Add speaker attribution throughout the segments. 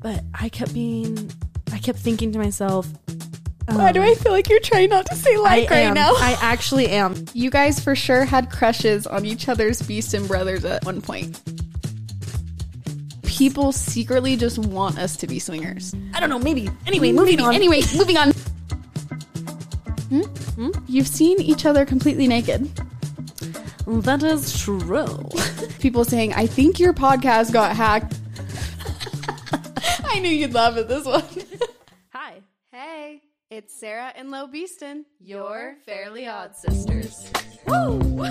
Speaker 1: But I kept being, I kept thinking to myself,
Speaker 2: Why do I feel like you're trying not to say like
Speaker 1: I
Speaker 2: right
Speaker 1: am.
Speaker 2: now?
Speaker 1: I actually am.
Speaker 2: you guys for sure had crushes on each other's Beaston brothers at one point. People secretly just want us to be swingers.
Speaker 1: I don't know, maybe. Anyway, moving on.
Speaker 2: Anyway, moving on. Um, Hmm? You've seen each other completely naked.
Speaker 1: That is true.
Speaker 2: People saying, I think your podcast got hacked. I knew you'd laugh at this one.
Speaker 1: Hi.
Speaker 2: Hey, it's Sarah and Lo Beeston, your Fairly Odd Sisters. Woo!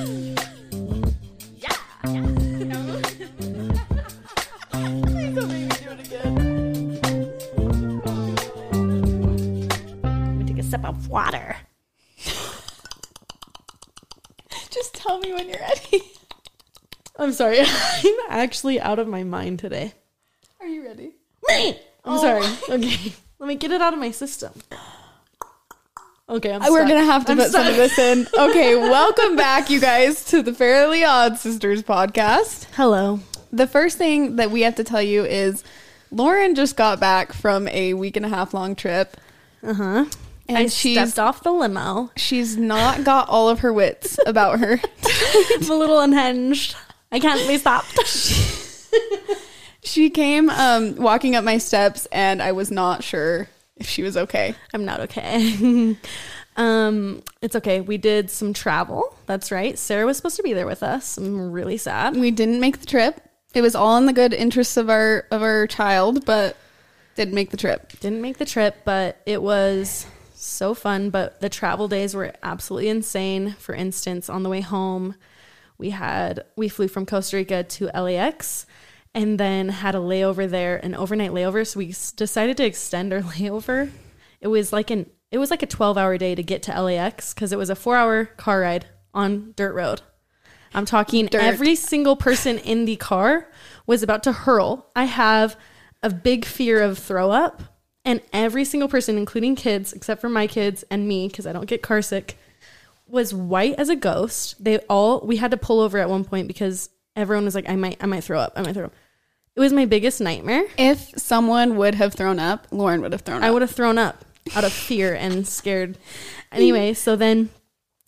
Speaker 2: yeah! Please don't make me do it again.
Speaker 1: Let me take a sip of water.
Speaker 2: Just tell me when you're ready.
Speaker 1: I'm sorry. I'm actually out of my mind today.
Speaker 2: Are you ready?
Speaker 1: I'm sorry. Okay. Let me get it out of my system. Okay, I'm
Speaker 2: We're
Speaker 1: stuck.
Speaker 2: gonna have to
Speaker 1: I'm
Speaker 2: put some
Speaker 1: stuck.
Speaker 2: of this in. Okay, welcome back, you guys, to the Fairly Odd Sisters podcast.
Speaker 1: Hello.
Speaker 2: The first thing that we have to tell you is Lauren just got back from a week and a half long trip,
Speaker 1: Uh huh.
Speaker 2: and
Speaker 1: I
Speaker 2: she's
Speaker 1: stepped off the limo.
Speaker 2: she's not got all of her wits about her.
Speaker 1: I'm a little unhinged. I can't be stopped.
Speaker 2: She came um, walking up my steps, and I was not sure if she was okay.
Speaker 1: I'm not okay. um, it's okay. We did some travel. That's right. Sarah was supposed to be there with us. I'm really sad.
Speaker 2: We didn't make the trip. It was all in the good interests of our of our child, but didn't make the trip.
Speaker 1: Didn't make the trip, but it was so fun. But the travel days were absolutely insane. For instance, on the way home, we had we flew from Costa Rica to LAX and then had a layover there, an overnight layover. So we s- decided to extend our layover. It was like an it was like a 12 hour day to get to LAX because it was a four hour car ride on dirt road. I'm talking
Speaker 2: Dirt.
Speaker 1: every single person in the car was about to hurl. I have a big fear of throw up, and every single person, including kids, except for my kids and me, because I don't get car sick, was white as a ghost. They all we had to pull over at one point because everyone was like, "I might, I might throw up, I might throw up." It was my biggest nightmare.
Speaker 2: If someone would have thrown up, Lauren would have thrown up.
Speaker 1: I would have thrown up out of fear and scared. Anyway, so then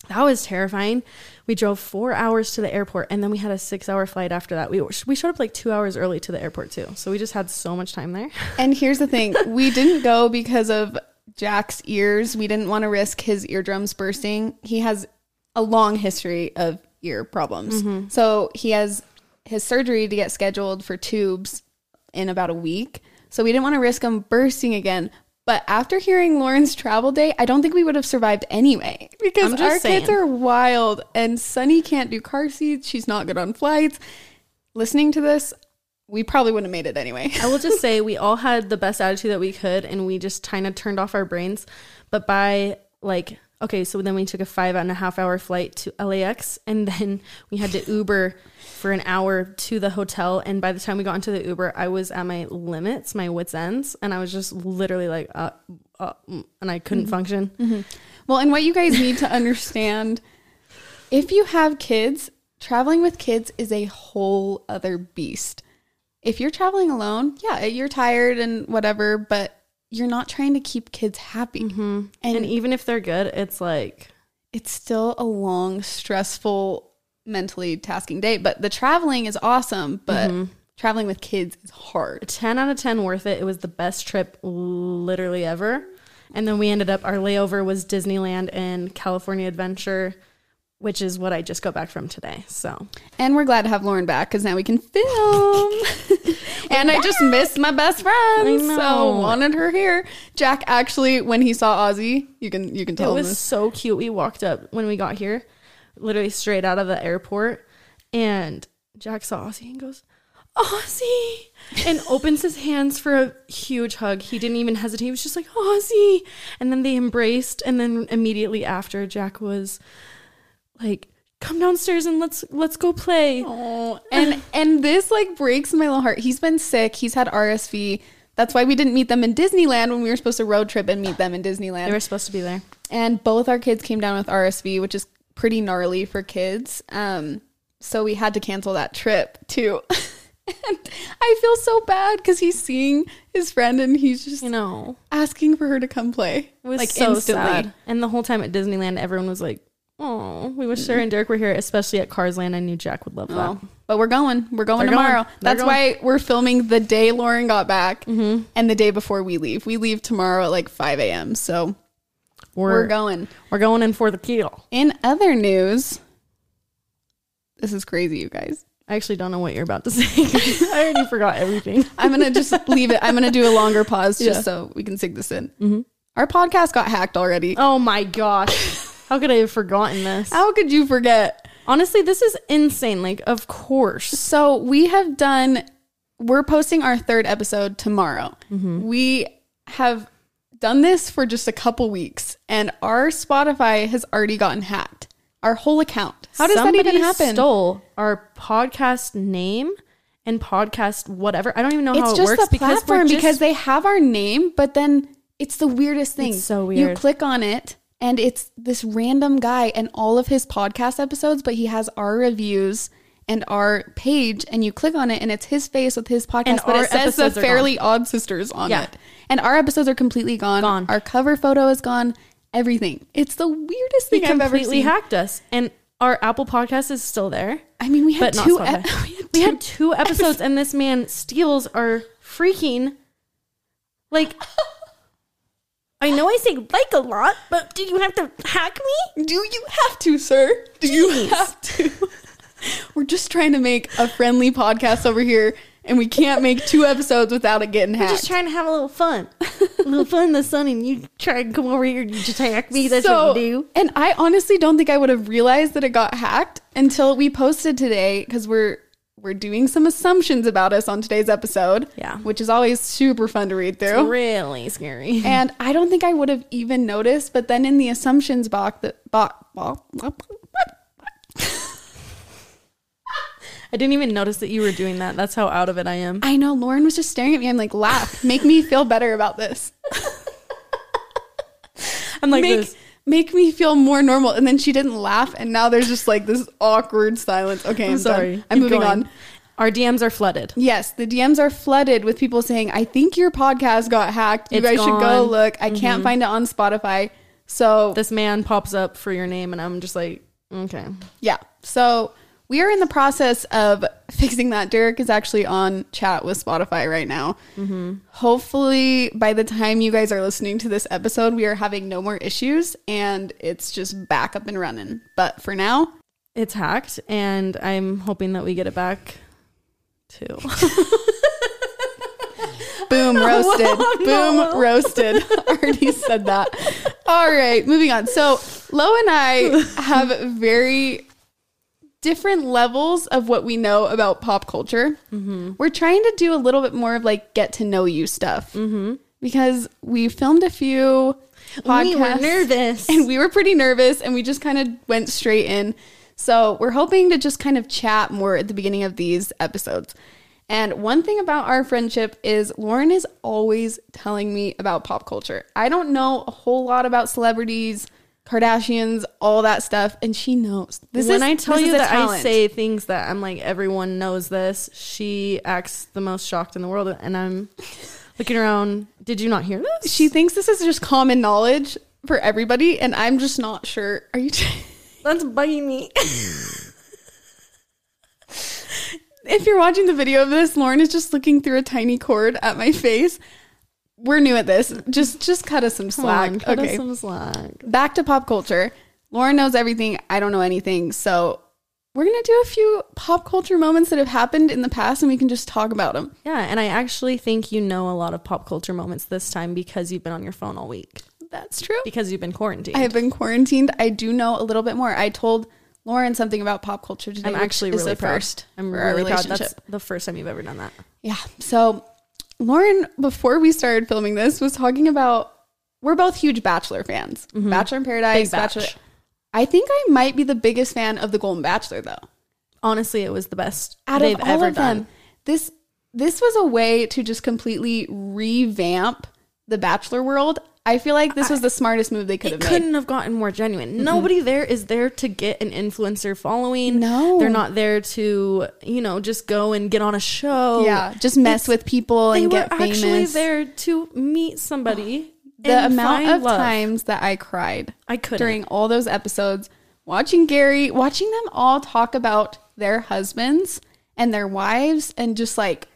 Speaker 1: that was terrifying. We drove four hours to the airport, and then we had a six-hour flight after that. We were- we showed up like two hours early to the airport too, so we just had so much time there.
Speaker 2: And here's the thing we didn't go because of Jack's ears. We didn't want to risk his eardrums bursting. He has a long history of ear problems. So he has his surgery to get scheduled for tubes in about a week. So we didn't want to risk him bursting again. But after hearing Lauren's travel day, I don't think we would have survived anyway because
Speaker 1: I'm just
Speaker 2: our kids
Speaker 1: saying.
Speaker 2: are wild and Sunny can't do car seats. She's not good on flights. Listening to this, we probably wouldn't have made it anyway.
Speaker 1: I will just say we all had the best attitude that we could, and we just kind of turned off our brains. But by like, okay, so then we took a five and a half hour flight to LAX, and then we had to Uber for an hour to the hotel. And by the time we got into the Uber, I was at my limits, my wits ends, and I was just literally like, uh, uh, mm, and I couldn't function.
Speaker 2: Well, and what you guys need to understand if you have kids, traveling with kids is a whole other beast. If you're traveling alone, yeah, you're tired and whatever, but you're not trying to keep kids happy. And,
Speaker 1: And even if they're good, it's like
Speaker 2: it's still a long, stressful, mentally tasking day. But the traveling is awesome, but traveling with kids is hard.
Speaker 1: 10 out of 10 worth it. It was the best trip literally ever. And then we ended up, our layover was Disneyland and California Adventure, which is what I just got back from today. So
Speaker 2: And we're glad to have Lauren back because now we can film. and I just missed my best friend, so
Speaker 1: know.
Speaker 2: wanted her here. Jack actually, when he saw Ozzy, you can you can
Speaker 1: it
Speaker 2: tell him
Speaker 1: was
Speaker 2: this.
Speaker 1: so cute. We walked up when we got here, literally straight out of the airport. And Jack saw Ozzy and goes, Ozzy! And opens his hands for a huge hug. He didn't even hesitate. He was just like, Ozzy! And then they embraced. And then immediately after, Jack was like, come downstairs and let's let's go play.
Speaker 2: Oh, and and this like breaks my little heart. He's been sick. He's had RSV. That's why we didn't meet them in Disneyland when we were supposed to road trip and meet them in Disneyland.
Speaker 1: They were supposed to be there.
Speaker 2: and both our kids came down with RSV, which is pretty gnarly for kids. Um, so we had to cancel that trip too. And I feel so bad because he's seeing his friend and he's just
Speaker 1: You know,
Speaker 2: asking for her to come play.
Speaker 1: it was so sad. And the whole time at Disneyland, everyone was like, "Oh, we wish Sarah and Derek were here, especially at Cars Land. I knew Jack would love
Speaker 2: Oh,
Speaker 1: that."
Speaker 2: but we're going. We're going
Speaker 1: They're going.
Speaker 2: tomorrow.
Speaker 1: They're
Speaker 2: That's
Speaker 1: going. Mm-hmm.
Speaker 2: why we're filming the day Lauren got back and the day before we leave. We leave tomorrow at like 5 a.m. So
Speaker 1: We're
Speaker 2: we're,
Speaker 1: we're,
Speaker 2: going.
Speaker 1: going in for the kill.
Speaker 2: In other news, this is crazy, you guys.
Speaker 1: I actually don't know what you're about to say. I already forgot everything.
Speaker 2: I'm going to just leave it. I'm going to do a longer pause just
Speaker 1: Yeah.
Speaker 2: so we can sing this in. Our podcast got hacked already.
Speaker 1: Oh my gosh, how could I have forgotten this?
Speaker 2: How could you forget?
Speaker 1: Honestly, this is insane. Like, of course.
Speaker 2: So we have done. We're posting our third episode tomorrow. We have done this for just a couple weeks, and our Spotify has already gotten hacked. Our whole account. How does
Speaker 1: Somebody
Speaker 2: that even happen?
Speaker 1: Stole our podcast name and podcast whatever. I don't even know how
Speaker 2: it's
Speaker 1: it
Speaker 2: just
Speaker 1: works
Speaker 2: the platform because,
Speaker 1: we're just-
Speaker 2: they have our name, but then it's the weirdest thing.
Speaker 1: It's so
Speaker 2: You
Speaker 1: weird.
Speaker 2: click on it, and it's this random guy and all of his podcast episodes, but he has our reviews and our page, and you click on it, and it's his face with his podcast.
Speaker 1: And
Speaker 2: but
Speaker 1: our
Speaker 2: it says the
Speaker 1: episodes are
Speaker 2: Fairly Odd Sisters on
Speaker 1: Yeah.
Speaker 2: it, and our episodes are completely gone.
Speaker 1: Gone.
Speaker 2: Our cover photo is gone. Everything. It's the weirdest thing
Speaker 1: He
Speaker 2: I've ever
Speaker 1: completely
Speaker 2: seen.
Speaker 1: hacked us, and our Apple Podcast is still there,
Speaker 2: I mean, we had
Speaker 1: but not
Speaker 2: two.
Speaker 1: Spotify.
Speaker 2: ep-
Speaker 1: we had two episodes, and this man steals our freaking like. I know I say like a lot, but do you have to hack me?
Speaker 2: Do you have to, sir? Do you have to? We're just trying to make a friendly podcast over here, and we can't make two episodes without it getting
Speaker 1: I'm
Speaker 2: hacked.
Speaker 1: just trying to have a little fun, a little fun in the sun, and you try and come over here and you just hack me. That's what you do.
Speaker 2: And I honestly don't think I would have realized that it got hacked until we posted today because we're we're doing some assumptions about us on today's episode.
Speaker 1: Yeah.
Speaker 2: Which is always super fun to read through.
Speaker 1: Really scary.
Speaker 2: And I don't think I would have even noticed, but then in the assumptions box that box
Speaker 1: I didn't even notice that you were doing that. That's how out of it I am.
Speaker 2: I know Lauren was just staring at me. I'm like, laugh, make me feel better about this.
Speaker 1: I'm like
Speaker 2: make,
Speaker 1: this.
Speaker 2: make me feel more normal. And then she didn't laugh, and now there's just like this awkward silence. Okay, I'm,
Speaker 1: I'm
Speaker 2: sorry.
Speaker 1: sorry.
Speaker 2: I'm
Speaker 1: Keep
Speaker 2: moving
Speaker 1: going.
Speaker 2: on.
Speaker 1: Our DMs are flooded.
Speaker 2: Yes, the DMs are flooded with people saying, "I think your podcast got hacked. You
Speaker 1: It's
Speaker 2: guys should go
Speaker 1: gone. Mm-hmm.
Speaker 2: look. I can't find it on Spotify." So
Speaker 1: this man pops up for your name and I'm just like, okay.
Speaker 2: yeah, so we are in the process of fixing that. Derek is actually on chat with Spotify right now. Hopefully, by the time you guys are listening to this episode, we are having no more issues and it's just back up and running. But for now,
Speaker 1: It's hacked and I'm hoping that we get it back too.
Speaker 2: Boom roasted. Boom
Speaker 1: no.
Speaker 2: roasted. Already said that. All right, moving on. So Lo and I have very different levels of what we know about pop culture.
Speaker 1: Mm-hmm.
Speaker 2: We're trying to do a little bit more of like get to know you stuff because we filmed a few podcasts
Speaker 1: Mm-hmm. We were nervous.
Speaker 2: and we were pretty nervous and we just kind of went straight in. So we're hoping to just kind of chat more at the beginning of these episodes. And one thing about our friendship is Lauren is always telling me about pop culture. I don't know a whole lot about celebrities, Kardashians, all that stuff, and she knows. This
Speaker 1: when
Speaker 2: is
Speaker 1: I tell
Speaker 2: this
Speaker 1: you
Speaker 2: is a
Speaker 1: that I
Speaker 2: talent.
Speaker 1: say things that I'm like, everyone knows this, she acts the most shocked in the world. And I'm looking around, did you not hear this?
Speaker 2: she thinks this is just common knowledge for everybody, and I'm just not sure. Are you?
Speaker 1: That's bugging me.
Speaker 2: if you're watching the video of this, Lauren is just looking through a tiny cord at my face. We're new at this. Just just cut us some
Speaker 1: Come
Speaker 2: slack.
Speaker 1: on, cut us
Speaker 2: okay.
Speaker 1: some slack.
Speaker 2: Back to pop culture. Lauren knows everything. I don't know anything. So we're gonna do a few pop culture moments that have happened in the past, and we can just talk about them.
Speaker 1: Yeah, and I actually think you know a lot of pop culture moments this time because you've been on your phone all week.
Speaker 2: That's true.
Speaker 1: Because you've been quarantined.
Speaker 2: I have been quarantined. I do know a little bit more. I told Lauren something about pop culture today.
Speaker 1: I'm
Speaker 2: which
Speaker 1: actually
Speaker 2: is
Speaker 1: really
Speaker 2: the
Speaker 1: proud.
Speaker 2: first.
Speaker 1: I'm
Speaker 2: for our
Speaker 1: really proud. That's
Speaker 2: relationship.
Speaker 1: the first time you've ever done that.
Speaker 2: Yeah. So Lauren, before we started filming this, was talking about we're both huge Bachelor fans. Bachelor in Paradise,
Speaker 1: Mm-hmm. Big batch.
Speaker 2: Bachelor. I think I might be the biggest fan of the Golden Bachelor though.
Speaker 1: Honestly, it was the best
Speaker 2: Out
Speaker 1: they've
Speaker 2: of all
Speaker 1: ever
Speaker 2: of them,
Speaker 1: done.
Speaker 2: this this was a way to just completely revamp the Bachelor world. I feel like this was the smartest move they could
Speaker 1: It
Speaker 2: have made.
Speaker 1: couldn't have gotten more genuine. Nobody there is there to get an influencer following.
Speaker 2: No.
Speaker 1: They're not there to, you know, just go and get on a show.
Speaker 2: Yeah, just mess with people
Speaker 1: They
Speaker 2: and
Speaker 1: were
Speaker 2: get famous.
Speaker 1: actually there to meet somebody.
Speaker 2: the
Speaker 1: and
Speaker 2: amount
Speaker 1: find
Speaker 2: of
Speaker 1: love.
Speaker 2: times that I cried
Speaker 1: I couldn't.
Speaker 2: during all those episodes, watching Gary, watching them all talk about their husbands and their wives, and just like,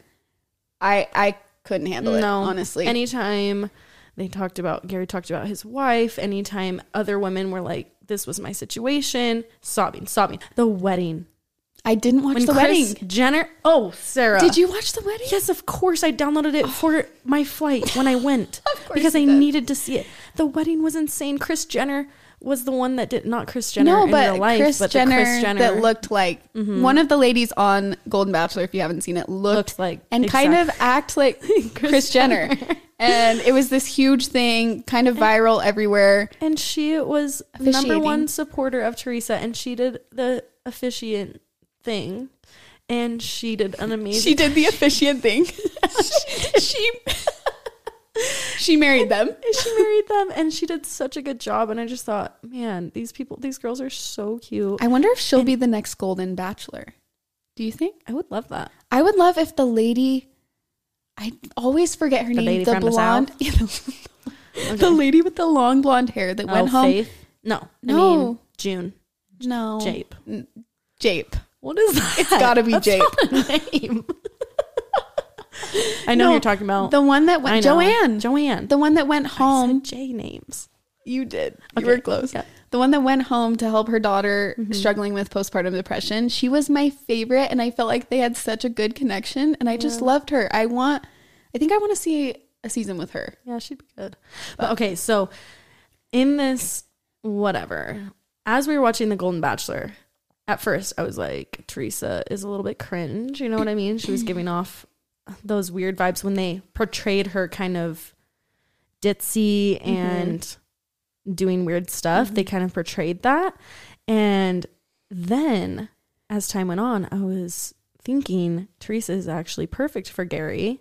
Speaker 2: I I couldn't handle it. honestly.
Speaker 1: Anytime they talked about Gary talked about his wife, anytime other women were like, This was my situation, sobbing, sobbing. The wedding.
Speaker 2: I didn't watch
Speaker 1: When
Speaker 2: the
Speaker 1: Kris
Speaker 2: wedding.
Speaker 1: Jenner Oh, Sarah.
Speaker 2: Did you watch the wedding?
Speaker 1: Yes, of course. I downloaded it for my flight when I went
Speaker 2: Of course
Speaker 1: because
Speaker 2: you
Speaker 1: I
Speaker 2: did.
Speaker 1: needed to see it. The wedding was insane. Chris Jenner was the one that did not Chris Jenner
Speaker 2: No,
Speaker 1: in
Speaker 2: but,
Speaker 1: real life,
Speaker 2: Kris
Speaker 1: but
Speaker 2: Jenner,
Speaker 1: the Chris Jenner Mm-hmm.
Speaker 2: that looked like one of the ladies on Golden Bachelor. If you haven't seen it, looked,
Speaker 1: Looked like-
Speaker 2: and kind of act like Chris, Jenner. and it was this huge thing, kind of viral everywhere.
Speaker 1: and she was number
Speaker 2: Officiating.
Speaker 1: one supporter of Teresa, and she did the officiant thing, and she did an amazing.
Speaker 2: She did the officiant thing. she she married them.
Speaker 1: she married them, and she did such a good job. And I just thought, man, these people, these girls are so cute.
Speaker 2: I wonder if she'll be the next Golden Bachelor. Do you think?
Speaker 1: I would love that.
Speaker 2: I would love if the lady. I always forget her name.
Speaker 1: lady
Speaker 2: the
Speaker 1: from the
Speaker 2: blonde,
Speaker 1: South?
Speaker 2: Yeah, the, the lady with the long blonde hair that went
Speaker 1: Oh,
Speaker 2: home.
Speaker 1: Faith? No, I mean
Speaker 2: No. Oh.
Speaker 1: June
Speaker 2: No,
Speaker 1: Jape.
Speaker 2: Jape.
Speaker 1: What is that? It's
Speaker 2: gotta be Jape.
Speaker 1: name. I know
Speaker 2: No,
Speaker 1: who you're talking about.
Speaker 2: The one that
Speaker 1: Oh. I
Speaker 2: went.
Speaker 1: know.
Speaker 2: Joanne.
Speaker 1: Joanne.
Speaker 2: The one that went
Speaker 1: I said
Speaker 2: home.
Speaker 1: J names.
Speaker 2: You did.
Speaker 1: Okay,
Speaker 2: You were close.
Speaker 1: yeah.
Speaker 2: The one that went home to help her daughter
Speaker 1: Mm-hmm.
Speaker 2: struggling with postpartum depression. She was my favorite, and I felt like they had such a good connection, and I just loved her. I want, I think I want to see a season with her.
Speaker 1: Yeah, she'd be good. But okay, so in this whatever, as we were watching The Golden Bachelor, at first I was like, Teresa is a little bit cringe. You know what I mean? She was giving off those weird vibes when they portrayed her kind of ditzy and doing weird stuff. They kind of portrayed that. And then as time went on, I was thinking Teresa is actually perfect for Gary.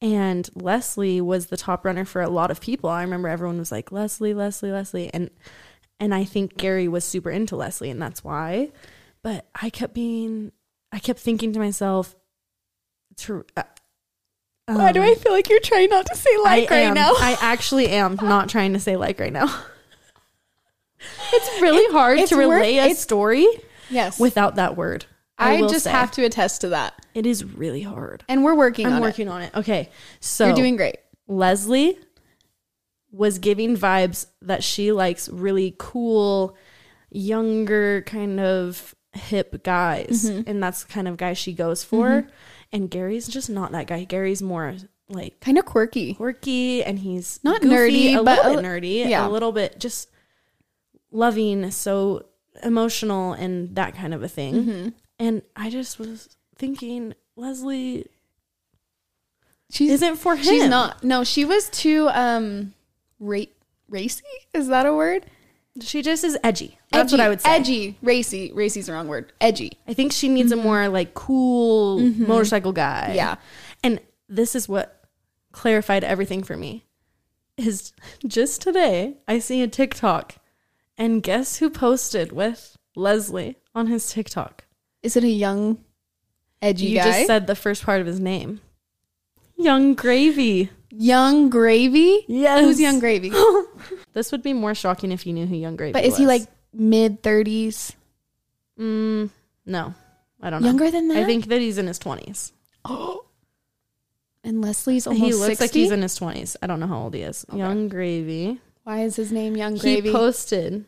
Speaker 1: And Leslie was the top runner for a lot of people. I remember everyone was like Leslie, Leslie, Leslie, and and I think Gary was super into Leslie, and that's why. But I kept being, I kept thinking to myself, Ter- uh,
Speaker 2: Why do I feel like you're trying not to say like
Speaker 1: Um, I
Speaker 2: right
Speaker 1: am,
Speaker 2: now?
Speaker 1: I actually am not trying to say like right now. it's really hard
Speaker 2: it's
Speaker 1: to
Speaker 2: worth-
Speaker 1: relay a
Speaker 2: it's-
Speaker 1: story
Speaker 2: yes. With
Speaker 1: without that word.
Speaker 2: I,
Speaker 1: will
Speaker 2: just
Speaker 1: say.
Speaker 2: have to attest to that,
Speaker 1: It is really hard.
Speaker 2: and we're working
Speaker 1: I'm
Speaker 2: on
Speaker 1: working Oh. on it. Okay, so
Speaker 2: it. You're doing great.
Speaker 1: Leslie was giving vibes that she likes really cool, younger kind of hip guys. And that's the kind of guy she goes for. And Gary's just not that guy. Gary's more like
Speaker 2: Kind of quirky.
Speaker 1: quirky and he's
Speaker 2: Not
Speaker 1: goofy,
Speaker 2: nerdy,
Speaker 1: a
Speaker 2: but
Speaker 1: little
Speaker 2: a-
Speaker 1: bit nerdy,
Speaker 2: yeah.
Speaker 1: a little bit just loving, so emotional and that kind of a thing.
Speaker 2: Mm-hmm.
Speaker 1: And I just was thinking, Leslie
Speaker 2: She's
Speaker 1: isn't for him.
Speaker 2: She's not. No, she was too um, ra- racy. Is that a word?
Speaker 1: She just is edgy. That's what
Speaker 2: Edgy,
Speaker 1: I would say.
Speaker 2: Edgy, racy. Racy's the wrong word. Edgy.
Speaker 1: I think she needs a more like cool motorcycle guy.
Speaker 2: Mm-hmm. Yeah.
Speaker 1: And this is what clarified everything for me. Is just today I see a TikTok and guess who posted with Leslie on his TikTok?
Speaker 2: Is it a young, edgy
Speaker 1: You
Speaker 2: guy?
Speaker 1: just said the first part of his name. Young Gravy.
Speaker 2: young Gravy.
Speaker 1: Yes.
Speaker 2: Who's Young Gravy?
Speaker 1: This would be more shocking if you knew who Young Gravy
Speaker 2: But
Speaker 1: was.
Speaker 2: is he like mid thirties?
Speaker 1: mm, no. I don't know.
Speaker 2: Younger than that?
Speaker 1: I think that he's in his 20s.
Speaker 2: Oh. And Leslie's almost
Speaker 1: He looks
Speaker 2: 60?
Speaker 1: like he's in his 20s. I don't know how old he is. Young Gravy.
Speaker 2: Why is his name Young Gravy?
Speaker 1: He posted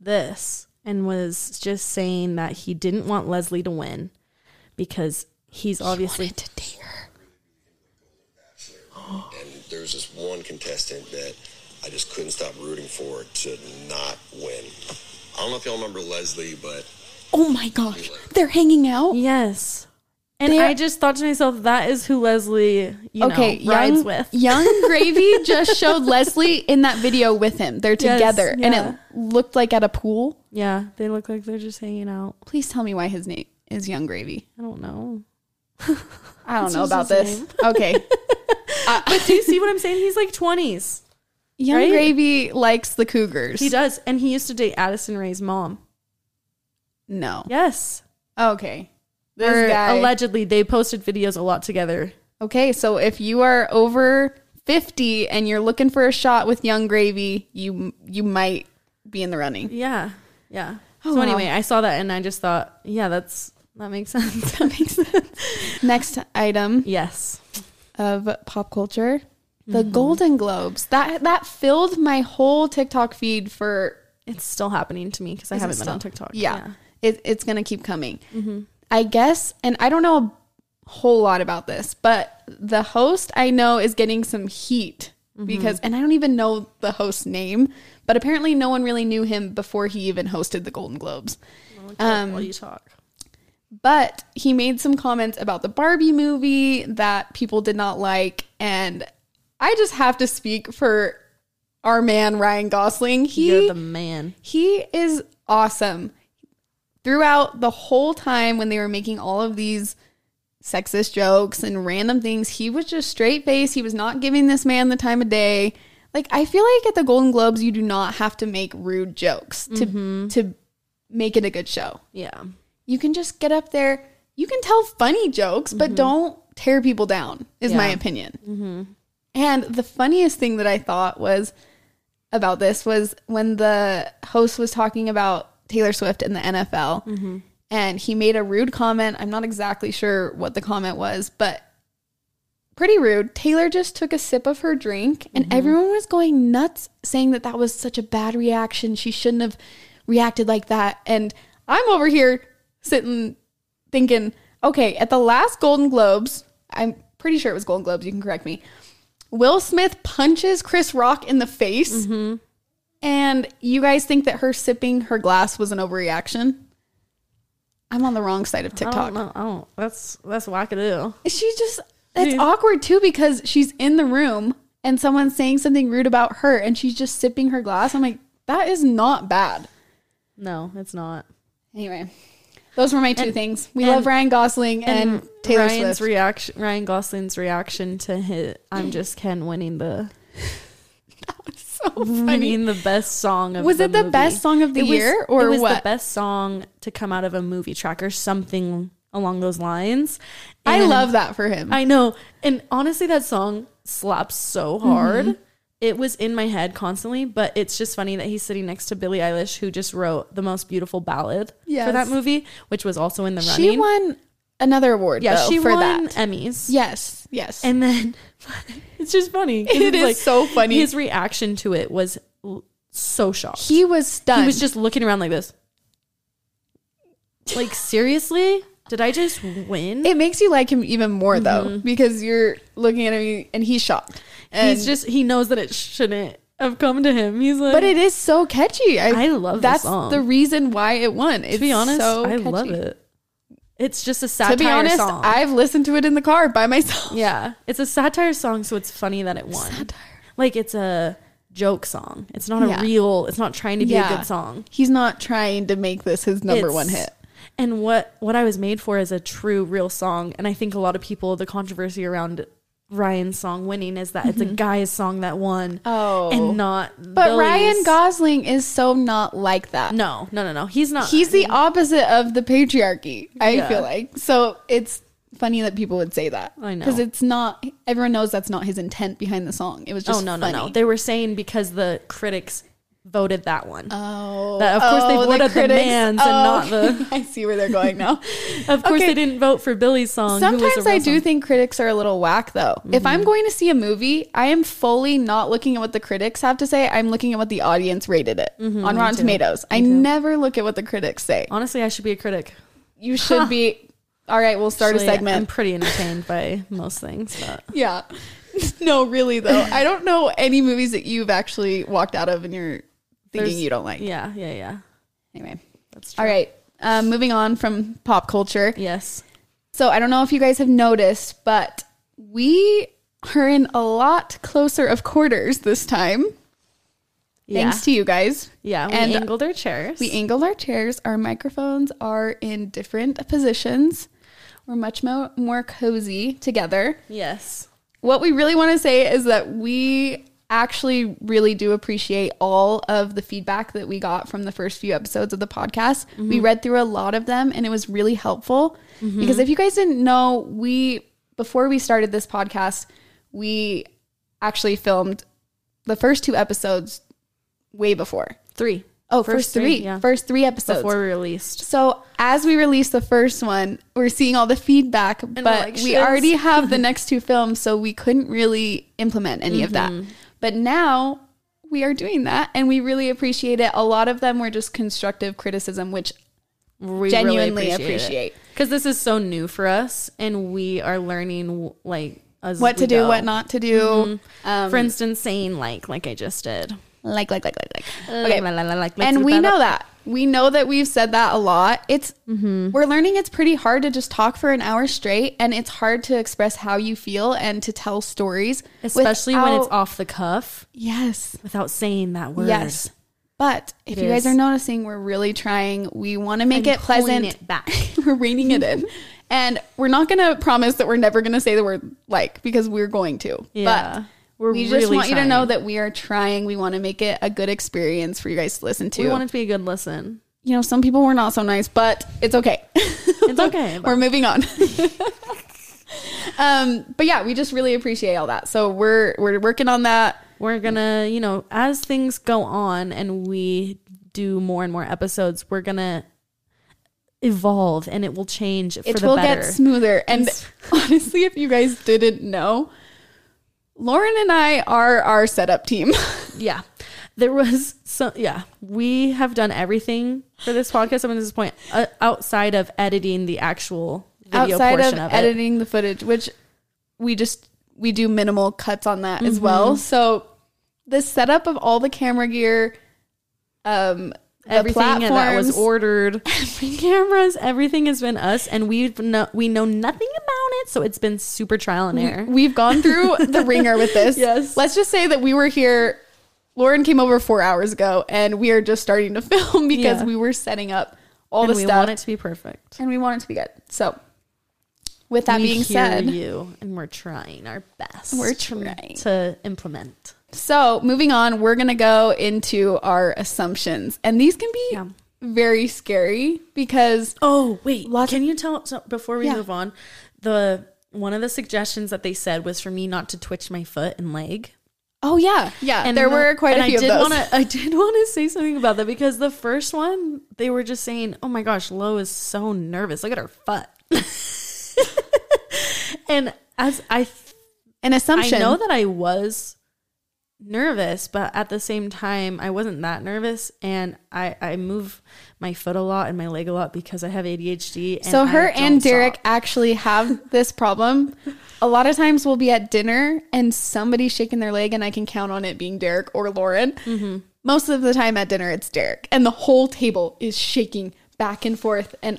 Speaker 1: this and was just saying that he didn't want Leslie to win because he's obviously
Speaker 2: to date her.
Speaker 3: and there was this one contestant that I just couldn't stop rooting for to not win. I don't know if y'all remember Leslie, but
Speaker 2: Oh my gosh, they're hanging out.
Speaker 1: yes. And
Speaker 2: They're-
Speaker 1: I just thought to myself, that is who Leslie, you
Speaker 2: okay,
Speaker 1: know, rides
Speaker 2: young,
Speaker 1: with.
Speaker 2: young Gravy just showed Leslie in that video with him. They're
Speaker 1: Yes,
Speaker 2: together, and
Speaker 1: yeah.
Speaker 2: it looked like at a pool.
Speaker 1: Yeah, they look like they're just hanging out.
Speaker 2: Please tell me why his name is Young Gravy.
Speaker 1: I don't know.
Speaker 2: I don't know
Speaker 1: That's
Speaker 2: about
Speaker 1: just his
Speaker 2: this. okay, Uh,
Speaker 1: but do you see what I'm saying? He's like 20s.
Speaker 2: Young
Speaker 1: Right?
Speaker 2: Gravy likes the Cougars.
Speaker 1: He does. And he used to date Addison Ray's mom.
Speaker 2: No.
Speaker 1: Yes.
Speaker 2: Okay. This
Speaker 1: Or
Speaker 2: guy.
Speaker 1: allegedly, they posted videos a lot together.
Speaker 2: okay, so if you are over 50 and you're looking for a shot with Young Gravy, you you might be in the running.
Speaker 1: Yeah. Yeah.
Speaker 2: Oh,
Speaker 1: so
Speaker 2: wow.
Speaker 1: anyway, I saw that and I just thought, yeah, that's that makes sense. that makes sense.
Speaker 2: Next item
Speaker 1: Yes.
Speaker 2: of pop culture, the
Speaker 1: Mm-hmm.
Speaker 2: Golden Globes. That that filled my whole TikTok feed for
Speaker 1: It's still happening to me because I
Speaker 2: Is it
Speaker 1: haven't been on
Speaker 2: still-
Speaker 1: TikTok.
Speaker 2: Yeah. It, it's going to keep coming. I guess, and I don't know a whole lot about this, but the host I know is getting some heat because, and I don't even know the host's name, but apparently no one really knew him before he even hosted the Golden Globes.
Speaker 1: Um, while you talk.
Speaker 2: But he made some comments about the Barbie movie that people did not like. And I just have to speak for our man, Ryan Gosling. He,
Speaker 1: You're the man.
Speaker 2: he is awesome. Throughout the whole time when they were making all of these sexist jokes and random things, he was just straight face. He was not giving this man the time of day. Like I feel like at the Golden Globes, you do not have to make rude jokes to to make it a good show.
Speaker 1: Yeah.
Speaker 2: You can just get up there. You can tell funny jokes, but don't tear people down. Is my
Speaker 1: Yeah.
Speaker 2: opinion. And the funniest thing that I thought was about this was when the host was talking about Taylor Swift and the NFL, and he made a rude comment. I'm not exactly sure what the comment was, but pretty rude. Taylor just took a sip of her drink, and everyone was going nuts, saying that that was such a bad reaction. She shouldn't have reacted like that. And I'm over here sitting thinking, okay, at the last Golden Globes, I'm pretty sure it was Golden Globes, you can correct me. Will Smith punches Chris Rock in the face. And you guys think that her sipping her glass was an overreaction? I'm on the wrong side of
Speaker 1: I don't
Speaker 2: TikTok.
Speaker 1: know. I don't. That's that's wackadoo.
Speaker 2: She just it's
Speaker 1: Dude.
Speaker 2: awkward too because she's in the room and someone's saying something rude about her and she's just sipping her glass. I'm like, that is not bad.
Speaker 1: No, it's not.
Speaker 2: Anyway, those were my two things. We love
Speaker 1: and-
Speaker 2: Ryan Gosling and, Taylor
Speaker 1: Ryan's
Speaker 2: Swift. Mm.
Speaker 1: reaction, Ryan Gosling's reaction to his "I'm Just Ken" winning the
Speaker 2: so funny.
Speaker 1: winning the best song of
Speaker 2: Was it the
Speaker 1: movie.
Speaker 2: best song of the
Speaker 1: It was-
Speaker 2: year, or
Speaker 1: it was
Speaker 2: what?
Speaker 1: the best song to come out of a movie track or something along those lines.
Speaker 2: I
Speaker 1: And-
Speaker 2: love that for him.
Speaker 1: I know. And honestly, that song slaps so hard.
Speaker 2: Mm-hmm.
Speaker 1: It was in my head constantly, but it's just funny that he's sitting next to Billie Eilish, who just wrote the most beautiful ballad for that
Speaker 2: Yes.
Speaker 1: movie, which was also in the running.
Speaker 2: she won another award.
Speaker 1: yeah,
Speaker 2: though,
Speaker 1: she
Speaker 2: for
Speaker 1: won
Speaker 2: that.
Speaker 1: Emmys.
Speaker 2: Yes, yes.
Speaker 1: And then it's just funny. 'cause
Speaker 2: It
Speaker 1: it's
Speaker 2: is so funny.
Speaker 1: His reaction to it was l- so shocked.
Speaker 2: he was stunned.
Speaker 1: He was just looking around like this. Like, seriously? Did I just win?
Speaker 2: It makes you like him even more though because you're looking at him and he's shocked. And-
Speaker 1: Mm-hmm. He's just, he knows that it shouldn't have come to him. He's like,
Speaker 2: But it is so catchy.
Speaker 1: I love the
Speaker 2: that's
Speaker 1: song.
Speaker 2: the reason why it won. It's
Speaker 1: to be honest,
Speaker 2: so
Speaker 1: I love
Speaker 2: catchy.
Speaker 1: it. It's just a
Speaker 2: To
Speaker 1: satire
Speaker 2: be honest,
Speaker 1: song.
Speaker 2: I've listened to it in the car by myself.
Speaker 1: yeah, it's a satire song, so it's funny that it won. Like it's a joke song. It's not
Speaker 2: Yeah.
Speaker 1: a real. It's not trying to be a good song.
Speaker 2: He's not trying to make this his number
Speaker 1: It's-
Speaker 2: one hit.
Speaker 1: And what what I was made for is a true real song. And I think a lot of people the controversy around Ryan's song winning is that it's a guy's song that won.
Speaker 2: Mm-hmm. Oh.
Speaker 1: and not
Speaker 2: But
Speaker 1: Billy's.
Speaker 2: Ryan Gosling is so not like that.
Speaker 1: no no no no. He's not.
Speaker 2: He's the opposite of the patriarchy, I
Speaker 1: Yeah.
Speaker 2: feel like. So it's funny that people would say that.
Speaker 1: I know.
Speaker 2: Because it's not, everyone knows that's not his intent behind the song. It was just
Speaker 1: oh no no no.
Speaker 2: funny.
Speaker 1: They were saying because the critics voted that one.
Speaker 2: Oh,
Speaker 1: That, of course, they
Speaker 2: the
Speaker 1: voted the
Speaker 2: critics. Oh,
Speaker 1: man's and not the-
Speaker 2: I see where they're going now.
Speaker 1: Of course,
Speaker 2: Okay.
Speaker 1: they didn't vote for Billy's song. who was a
Speaker 2: Sometimes
Speaker 1: real
Speaker 2: I do
Speaker 1: song. Mm-hmm.
Speaker 2: think critics are a little whack, though. If I'm going to see a movie, I am fully not looking at what the critics have to say. I'm looking at what the audience rated it
Speaker 1: Mm-hmm,
Speaker 2: on Rotten Tomatoes. I never look at what the critics say.
Speaker 1: Honestly, I should be a critic.
Speaker 2: You should be. All right, we'll start
Speaker 1: Actually,
Speaker 2: a
Speaker 1: I'm
Speaker 2: segment.
Speaker 1: pretty entertained by most things. But
Speaker 2: yeah. no, really though. I don't know any movies that you've actually walked out of and you're thinking
Speaker 1: There's-
Speaker 2: you don't like.
Speaker 1: yeah, yeah, yeah.
Speaker 2: Anyway,
Speaker 1: That's true.
Speaker 2: all right. Um, moving on from pop culture.
Speaker 1: Yes.
Speaker 2: So I don't know if you guys have noticed, but we are in a lot closer of quarters this time.
Speaker 1: Yeah.
Speaker 2: Thanks to you guys.
Speaker 1: yeah. We
Speaker 2: and-
Speaker 1: angled our chairs.
Speaker 2: We angled our chairs, our microphones are in different positions. We're much mo- more cozy together.
Speaker 1: yes.
Speaker 2: What we really want to say is that we actually really do appreciate all of the feedback that we got from the first few episodes of the podcast. We read through a lot of them and it was really helpful because if you guys didn't know, we before we started this podcast, we actually filmed the first two episodes way before.
Speaker 1: Three.
Speaker 2: Oh, first, three, first
Speaker 1: yeah.
Speaker 2: three episodes.
Speaker 1: Before we released.
Speaker 2: So as we release the first one, we're seeing all the feedback, but
Speaker 1: like,
Speaker 2: we
Speaker 1: "Shiz."
Speaker 2: already have the next two films, so we couldn't really implement any of that.
Speaker 1: Mm-hmm.
Speaker 2: But now we are doing that, and we really appreciate it. A lot of them were just constructive criticism, which
Speaker 1: We
Speaker 2: genuinely
Speaker 1: really
Speaker 2: appreciate.
Speaker 1: Because this is so new for us and we are learning like as
Speaker 2: what
Speaker 1: we Mm-hmm.
Speaker 2: to do,
Speaker 1: go.
Speaker 2: what not to do. Um,
Speaker 1: For instance, saying like, like I just did.
Speaker 2: like, like, like, like, like.
Speaker 1: Okay. Like, Uh, let's
Speaker 2: and
Speaker 1: look
Speaker 2: we
Speaker 1: that
Speaker 2: know
Speaker 1: up.
Speaker 2: that we know that we've said that a lot it's
Speaker 1: Mm-hmm.
Speaker 2: we're learning it's pretty hard to just talk for an hour straight and it's hard to express how you feel and to tell stories
Speaker 1: Especially when it's
Speaker 2: without-
Speaker 1: off the cuff
Speaker 2: yes
Speaker 1: without saying that word.
Speaker 2: yes but if you
Speaker 1: is.
Speaker 2: guys are noticing we're really trying we want to make
Speaker 1: And
Speaker 2: it
Speaker 1: pulling
Speaker 2: pleasant
Speaker 1: it back.
Speaker 2: we're reining it in and we're not going to promise that we're never going to say the word like because we're going to
Speaker 1: Yeah.
Speaker 2: but
Speaker 1: We're
Speaker 2: we just
Speaker 1: really
Speaker 2: want you to know
Speaker 1: trying.
Speaker 2: that we are trying. We want to make it a good experience for you guys to listen to
Speaker 1: We want it to be a good listen.
Speaker 2: you know, some people were not so nice, but it's okay. It's
Speaker 1: okay,
Speaker 2: we're
Speaker 1: but-
Speaker 2: moving on. um, but yeah, we just really appreciate all that. So we're we're working on that.
Speaker 1: We're gonna, you know, as things go on and we do more and more episodes, we're gonna evolve and it will change for
Speaker 2: It
Speaker 1: the
Speaker 2: will
Speaker 1: better.
Speaker 2: get smoother. And honestly, if you guys didn't know, Lauren and I are our setup team.
Speaker 1: yeah. There was some, yeah. We have done everything for this podcast up to this point uh, outside of editing the actual video
Speaker 2: Outside of,
Speaker 1: portion of, it.
Speaker 2: editing the footage, which we just we do minimal cuts on that as
Speaker 1: Mm-hmm.
Speaker 2: well. So the setup of all the camera gear, um, the
Speaker 1: Everything that was
Speaker 2: platforms-
Speaker 1: ordered, cameras, everything has been us, and we've no, we know nothing about it, so it's been super trial and error.
Speaker 2: We've gone through the ringer with this.
Speaker 1: Yes.
Speaker 2: Let's just say that we were here. Lauren came over four hours ago, and we are just starting to film because
Speaker 1: Yeah.
Speaker 2: we were setting up all
Speaker 1: and
Speaker 2: the
Speaker 1: we
Speaker 2: stuff,
Speaker 1: want it to be perfect.
Speaker 2: and we want it to be good. So, with that
Speaker 1: we
Speaker 2: being
Speaker 1: hear
Speaker 2: said,
Speaker 1: you and we're trying our best.
Speaker 2: We're
Speaker 1: to-
Speaker 2: trying.
Speaker 1: to implement.
Speaker 2: so moving on, we're gonna go into our assumptions, and these can be
Speaker 1: Yeah.
Speaker 2: very scary because
Speaker 1: Oh wait,
Speaker 2: Lots
Speaker 1: can you tell so before we
Speaker 2: Yeah.
Speaker 1: move on? The one of the suggestions that they said was for me not to twitch my foot and leg.
Speaker 2: oh yeah, yeah,
Speaker 1: And
Speaker 2: there
Speaker 1: the-
Speaker 2: were quite
Speaker 1: and
Speaker 2: a few
Speaker 1: I did
Speaker 2: of those.
Speaker 1: Wanna, I did want to say something about that because the first one they were just saying, "Oh my gosh, Lo is so nervous. Look at her foot." and as I
Speaker 2: An assumption.
Speaker 1: I know that I was nervous, but at the same time, I wasn't that nervous. And I, I move my foot a lot and my leg a lot because I have ADHD. And
Speaker 2: So
Speaker 1: I
Speaker 2: her
Speaker 1: don't
Speaker 2: and Derek
Speaker 1: stop.
Speaker 2: actually have this problem. A lot of times we'll be at dinner and somebody's shaking their leg, and I can count on it being Derek or Lauren.
Speaker 1: Mm-hmm.
Speaker 2: Most of the time at dinner, it's Derek, and the whole table is shaking back and forth, and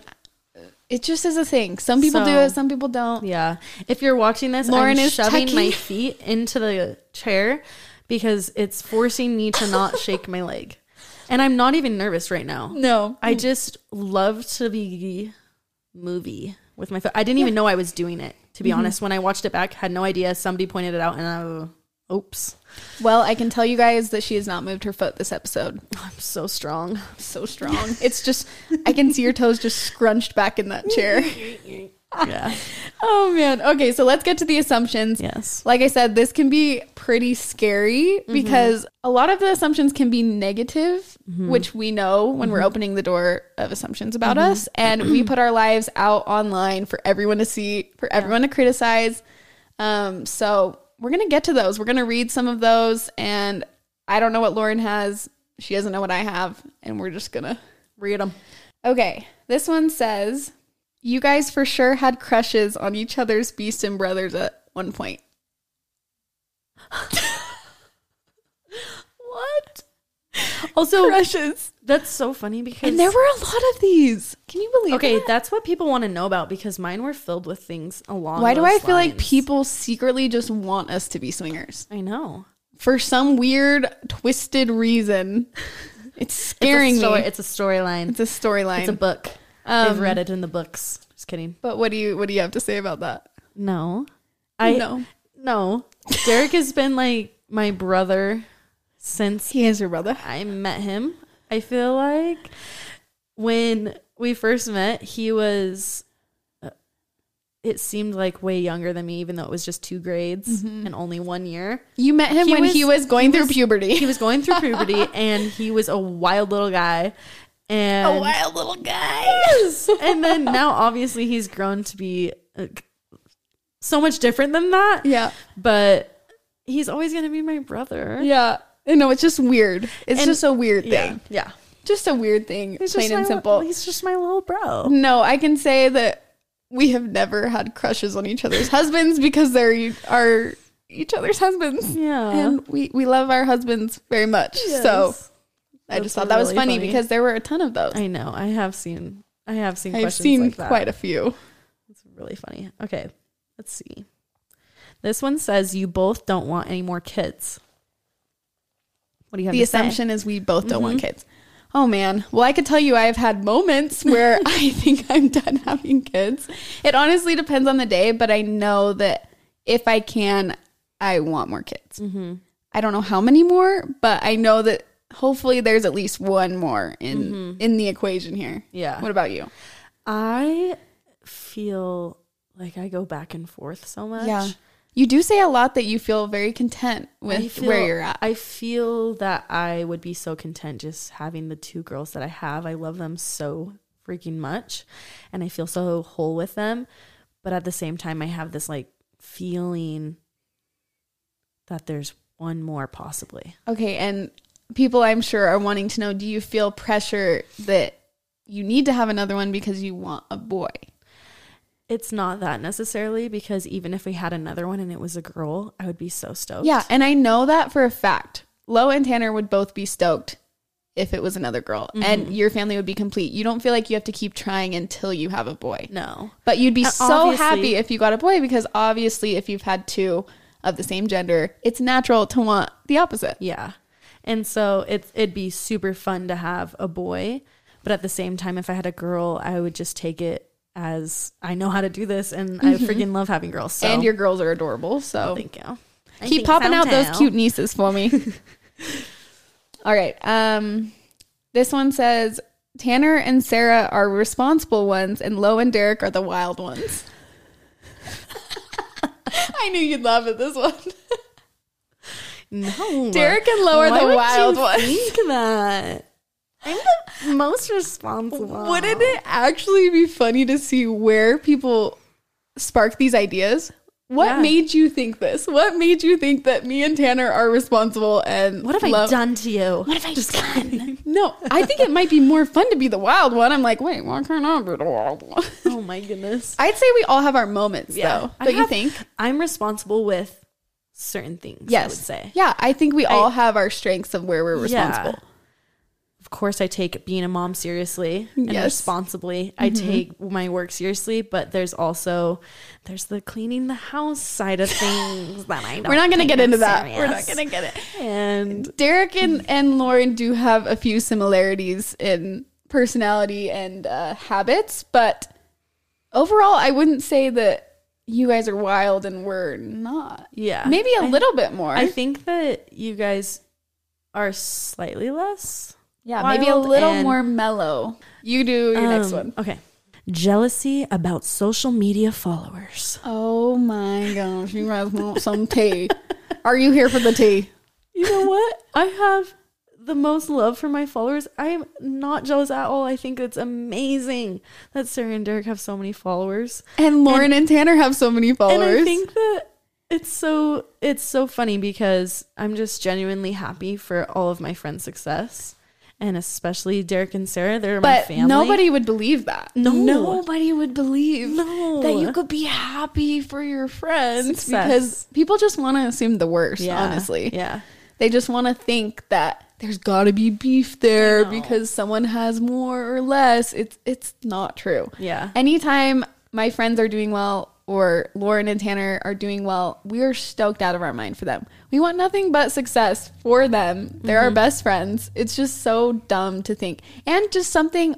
Speaker 2: it just is a thing. Some people do
Speaker 1: So-
Speaker 2: it, some people don't.
Speaker 1: Yeah. If you're watching this,
Speaker 2: Lauren
Speaker 1: I'm
Speaker 2: is
Speaker 1: shoving
Speaker 2: tucking-
Speaker 1: my feet into the chair because it's forcing me to not shake my leg. And I'm not even nervous right now.
Speaker 2: No,
Speaker 1: I just love to be movie with my foot. I didn't even know I was doing it, to
Speaker 2: Mm-hmm.
Speaker 1: be honest. When I watched it back, had no idea. Somebody pointed it out, and I, oops,
Speaker 2: well, I can tell you guys that she has not moved her foot this episode.
Speaker 1: I'm so strong.
Speaker 2: So strong. it's just I can see your toes just scrunched back in that chair.
Speaker 1: Yeah.
Speaker 2: Oh man. Okay, so let's get to the assumptions.
Speaker 1: Yes.
Speaker 2: Like I said, this can be pretty scary because a lot of the assumptions can be negative, which we know when we're opening the door of assumptions about us and we put our lives out online for everyone to see, for everyone to criticize. Um so we're going to get to those. We're going to read some of those and I don't know what Lauren has. She doesn't know what I have and we're just going to
Speaker 1: Read them.
Speaker 2: Okay, this one says, "You guys for sure had crushes on each other's beast and brothers at one point."
Speaker 1: What? Also,
Speaker 2: Crushes,
Speaker 1: that's so funny because
Speaker 2: Oh, and there were a lot of these. Can you believe?
Speaker 1: okay,
Speaker 2: that?
Speaker 1: that's what people want to know about because mine were filled with things along.
Speaker 2: why do I
Speaker 1: those
Speaker 2: feel like
Speaker 1: lines.
Speaker 2: people secretly just want us to be swingers
Speaker 1: I know
Speaker 2: for some weird twisted reason? It's scaring
Speaker 1: it's a story,
Speaker 2: me.
Speaker 1: It's a storyline.
Speaker 2: It's
Speaker 1: It's,
Speaker 2: a Um, storyline.
Speaker 1: a book. They've read it in the books. Just kidding.
Speaker 2: but what do you what do you have to say about that?
Speaker 1: No, I
Speaker 2: no.
Speaker 1: No. Derek has been like my brother since
Speaker 2: He is your brother.
Speaker 1: I met him. I feel like when we first met, he was, uh, it seemed like way younger than me, even though it was just two grades
Speaker 2: Mm-hmm.
Speaker 1: and only one year.
Speaker 2: You met him
Speaker 1: He
Speaker 2: when
Speaker 1: was-
Speaker 2: he was going through puberty.
Speaker 1: He was going through puberty and he was a wild little guy. And
Speaker 2: wild little guy.
Speaker 1: and then now obviously he's grown to be uh, so much different than that.
Speaker 2: Yeah.
Speaker 1: But he's always going to be my brother.
Speaker 2: Yeah. I know it's just weird. It's
Speaker 1: And-
Speaker 2: just a weird thing.
Speaker 1: Yeah. Yeah.
Speaker 2: Just a weird thing,
Speaker 1: He's
Speaker 2: plain
Speaker 1: just
Speaker 2: and
Speaker 1: my-
Speaker 2: simple.
Speaker 1: He's just my little bro.
Speaker 2: No, I can say that we have never had crushes on each other's husbands because they're e- are each other's husbands.
Speaker 1: Yeah.
Speaker 2: And we, we love our husbands very much. So
Speaker 1: Uh-huh. Yes.
Speaker 2: I
Speaker 1: That's
Speaker 2: just thought that was
Speaker 1: really
Speaker 2: funny,
Speaker 1: funny.
Speaker 2: because there were a ton of those.
Speaker 1: I know. I have seen. I have seen.
Speaker 2: I've
Speaker 1: questions
Speaker 2: seen
Speaker 1: like that.
Speaker 2: quite a few.
Speaker 1: It's really funny. Okay, let's see. This one says you both don't want any more kids. What do you have?
Speaker 2: the
Speaker 1: to say?
Speaker 2: assumption is we both don't
Speaker 1: Mm-hmm.
Speaker 2: want kids. Oh man. Well, I could tell you I've had moments where I think I'm done having kids. It honestly depends on the day, but I know that if I can, I want more kids.
Speaker 1: Mm-hmm.
Speaker 2: I don't know how many more, but I know that hopefully there's at least one more in in the equation here.
Speaker 1: Mm-hmm. Yeah.
Speaker 2: What about you?
Speaker 1: I feel like I go back and forth so much.
Speaker 2: You do say a lot that you feel very content
Speaker 1: I
Speaker 2: with
Speaker 1: feel,
Speaker 2: where you're at.
Speaker 1: I feel that I would be so content just having the two girls that I have. I love them so freaking much and I feel so whole with them. But at the same time, I have this like feeling that there's one more possibly.
Speaker 2: Okay, and people I'm sure are wanting to know do you feel pressure that you need to have another one because you want a boy?
Speaker 1: It's not that necessarily because even if we had another one and it was a girl, I would be so stoked.
Speaker 2: Yeah, and I know that for a fact. Lo and Tanner would both be stoked if it was another girl,
Speaker 1: Mm-hmm.
Speaker 2: and your family would be complete. You don't feel like you have to keep trying until you have a boy.
Speaker 1: No.
Speaker 2: But you'd be
Speaker 1: And
Speaker 2: so
Speaker 1: obviously-
Speaker 2: happy if you got a boy because obviously, if you've had two of the same gender, it's natural to want the opposite.
Speaker 1: Yeah. And so it's it'd be super fun to have a boy, but at the same time if I had a girl, I would just take it as I know how to do this and I freaking love having girls. So
Speaker 2: Mm-hmm. And your girls are adorable. So
Speaker 1: thank you. I
Speaker 2: Keep
Speaker 1: think
Speaker 2: popping out those
Speaker 1: somehow-
Speaker 2: cute nieces for me. All right. Um, this one says Tanner and Sarah are responsible ones, and Lo and Derek are the wild ones. I knew you'd laugh at this one.
Speaker 1: No.
Speaker 2: Derek and Lo are
Speaker 1: Why
Speaker 2: the
Speaker 1: would
Speaker 2: wild
Speaker 1: you
Speaker 2: ones.
Speaker 1: Think that. I'm the most responsible.
Speaker 2: Wouldn't it actually be funny to see where people spark these ideas? What
Speaker 1: Yeah.
Speaker 2: made you think this? What made you think that me and Tanner are responsible and
Speaker 1: What have I
Speaker 2: Lo-
Speaker 1: done to you?
Speaker 2: What have I just done? No, I think it might be more fun to be the wild one. I'm like, wait, why can't I be the wild one?
Speaker 1: Oh my goodness.
Speaker 2: I'd say we all have our moments, though.
Speaker 1: I
Speaker 2: Don't you
Speaker 1: have-
Speaker 2: think?
Speaker 1: I'm responsible with certain things, I would say.
Speaker 2: Yeah, I think we all have our strengths of where we're
Speaker 1: Yeah.
Speaker 2: responsible.
Speaker 1: Of course, I take being a mom seriously and
Speaker 2: Yes. Mm-hmm.
Speaker 1: responsibly. I take my work seriously, but there's also there's the cleaning the house side of things that I don't
Speaker 2: We're not going to
Speaker 1: take
Speaker 2: get
Speaker 1: as
Speaker 2: into that. We're not
Speaker 1: serious.
Speaker 2: going to get it.
Speaker 1: And
Speaker 2: Derek and, and Lauren do have a few similarities in personality and uh, habits, but overall, I wouldn't say that you guys are wild and we're not.
Speaker 1: yeah,
Speaker 2: Maybe a
Speaker 1: I-
Speaker 2: little bit more.
Speaker 1: I think that you guys are slightly less.
Speaker 2: Yeah, maybe a
Speaker 1: wild
Speaker 2: little
Speaker 1: and-
Speaker 2: more mellow. You do your next
Speaker 1: Um,
Speaker 2: one.
Speaker 1: okay. Jealousy about social media followers.
Speaker 2: Oh my gosh, you guys want some tea? Are you here for the tea?
Speaker 1: You know what? I have the most love for my followers. I am not jealous at all. I think it's amazing that Sarah and Derek have so many followers.
Speaker 2: And Lauren and, Tanner have so many followers.
Speaker 1: And I think that it's so it's so funny because I'm just genuinely happy for all of my friends' success. And especially Derek and Sarah. They're my
Speaker 2: but
Speaker 1: family.
Speaker 2: nobody would believe that.
Speaker 1: No.
Speaker 2: Nobody would believe
Speaker 1: No.
Speaker 2: that you could be happy for your friends
Speaker 1: Success.
Speaker 2: because people just want to assume the worst,
Speaker 1: Yeah.
Speaker 2: honestly.
Speaker 1: Yeah.
Speaker 2: They just want to think that there's got to be beef there because someone has more or less. It's it's not true.
Speaker 1: Yeah.
Speaker 2: Anytime my friends are doing well or Lauren and Tanner are doing well, we are stoked out of our mind for them. We want nothing but success for them. They're
Speaker 1: Mm-hmm.
Speaker 2: our best friends. It's just so dumb to think. And just something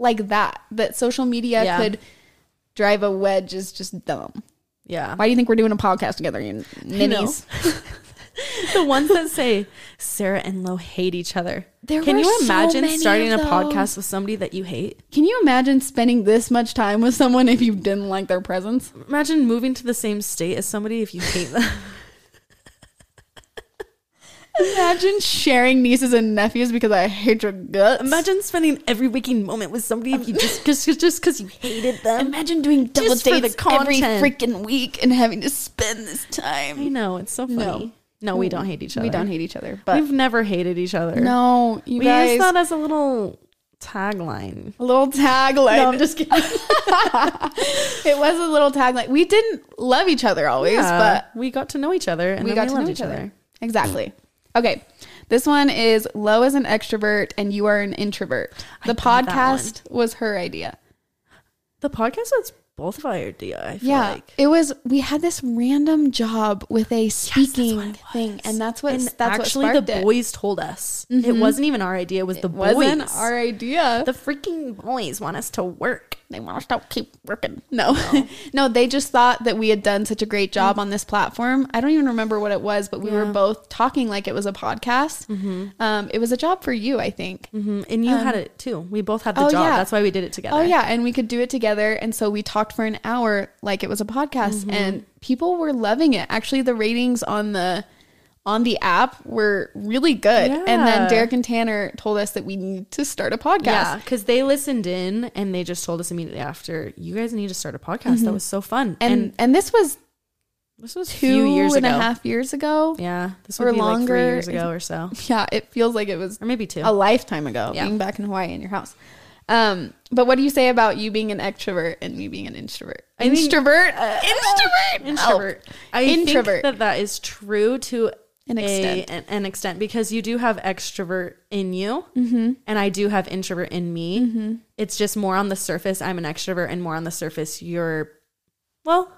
Speaker 2: like that that social media
Speaker 1: Yeah.
Speaker 2: could drive a wedge is just dumb.
Speaker 1: Yeah.
Speaker 2: Why do you think we're doing a podcast together, you
Speaker 1: You know.
Speaker 2: ninnies?
Speaker 1: the ones that say Sarah and Lo hate each other.
Speaker 2: There
Speaker 1: Can
Speaker 2: were
Speaker 1: you
Speaker 2: so
Speaker 1: imagine
Speaker 2: many
Speaker 1: starting a
Speaker 2: of
Speaker 1: podcast
Speaker 2: those.
Speaker 1: with somebody that you hate?
Speaker 2: Can you imagine spending this much time with someone if you didn't like their presence?
Speaker 1: Imagine moving to the same state as somebody if you hate them.
Speaker 2: Imagine sharing nieces and nephews because I hate your guts.
Speaker 1: Imagine spending every waking moment with somebody if you just cause, cause- just because you hated them.
Speaker 2: Imagine doing double
Speaker 1: Just for the
Speaker 2: dates every
Speaker 1: content.
Speaker 2: freaking week and having to spend this
Speaker 1: I
Speaker 2: time.
Speaker 1: know it's so funny. No, we don't hate each other.
Speaker 2: We don't hate each other, but
Speaker 1: We've never hated each other.
Speaker 2: no, you
Speaker 1: we
Speaker 2: guys,
Speaker 1: use that as a little tagline.
Speaker 2: a little tagline.
Speaker 1: No, I'm just kidding.
Speaker 2: it was a little tagline. We didn't love each other always, but
Speaker 1: but Uh, we got to know each other and
Speaker 2: we
Speaker 1: then
Speaker 2: got
Speaker 1: we
Speaker 2: to
Speaker 1: loved
Speaker 2: know each other. Exactly. Okay. This one is Lo is an extrovert and you are an introvert.
Speaker 1: I
Speaker 2: The
Speaker 1: got that
Speaker 2: podcast was her idea.
Speaker 1: The podcast was both of our idea. I feel
Speaker 2: Yeah.
Speaker 1: like
Speaker 2: It was we had this random job with a speaking
Speaker 1: what it
Speaker 2: thing and that's what
Speaker 1: and
Speaker 2: that's
Speaker 1: actually
Speaker 2: what
Speaker 1: the
Speaker 2: sparked
Speaker 1: boys told us it wasn't even our idea. Mm-hmm. It was the
Speaker 2: it. wasn't
Speaker 1: boys.
Speaker 2: our idea.
Speaker 1: the freaking boys want us to work.
Speaker 2: they want us to keep working. No. No. they just thought that we had done such a great
Speaker 1: Mm.
Speaker 2: job on this platform. I don't even remember what it was, but we were both talking like it was a podcast.
Speaker 1: Mm-hmm.
Speaker 2: Um, it was a job for you, I think.
Speaker 1: Mm, And you had it too. We both had the
Speaker 2: Um, oh,
Speaker 1: job.
Speaker 2: yeah.
Speaker 1: That's why we did it together.
Speaker 2: Oh yeah, and we could do it together. And so we talked for an hour like it was a podcast
Speaker 1: Mm-hmm.
Speaker 2: and people were loving it. Actually the ratings on the on the app were really good. And
Speaker 1: Yeah.
Speaker 2: then Derek and Tanner told us that we need to start a podcast.
Speaker 1: Yeah, because they listened in and they just told us immediately after, you guys need to start a podcast. That was so fun.
Speaker 2: Mm-hmm. And,
Speaker 1: And,
Speaker 2: and this was
Speaker 1: this was a
Speaker 2: two
Speaker 1: few years
Speaker 2: and a
Speaker 1: ago.
Speaker 2: half years ago.
Speaker 1: Yeah, this
Speaker 2: or
Speaker 1: would be like three
Speaker 2: longer.
Speaker 1: years ago or so,
Speaker 2: Yeah, it feels like it was
Speaker 1: or maybe two.
Speaker 2: a lifetime ago
Speaker 1: Yeah.
Speaker 2: being back in Hawaii in your house. Um, but what do you say about you being an extrovert and me being an introvert?
Speaker 1: think-
Speaker 2: introvert, introvert,
Speaker 1: uh,
Speaker 2: Oh.
Speaker 1: introvert.
Speaker 2: Help.
Speaker 1: I
Speaker 2: Introvert.
Speaker 1: think that that is true to
Speaker 2: An
Speaker 1: a-
Speaker 2: extent.
Speaker 1: an, an extent because you do have extrovert in you,
Speaker 2: Mm-hmm.
Speaker 1: and I do have introvert in me. It's just more on the surface. I'm an extrovert, and more on the surface, you're well.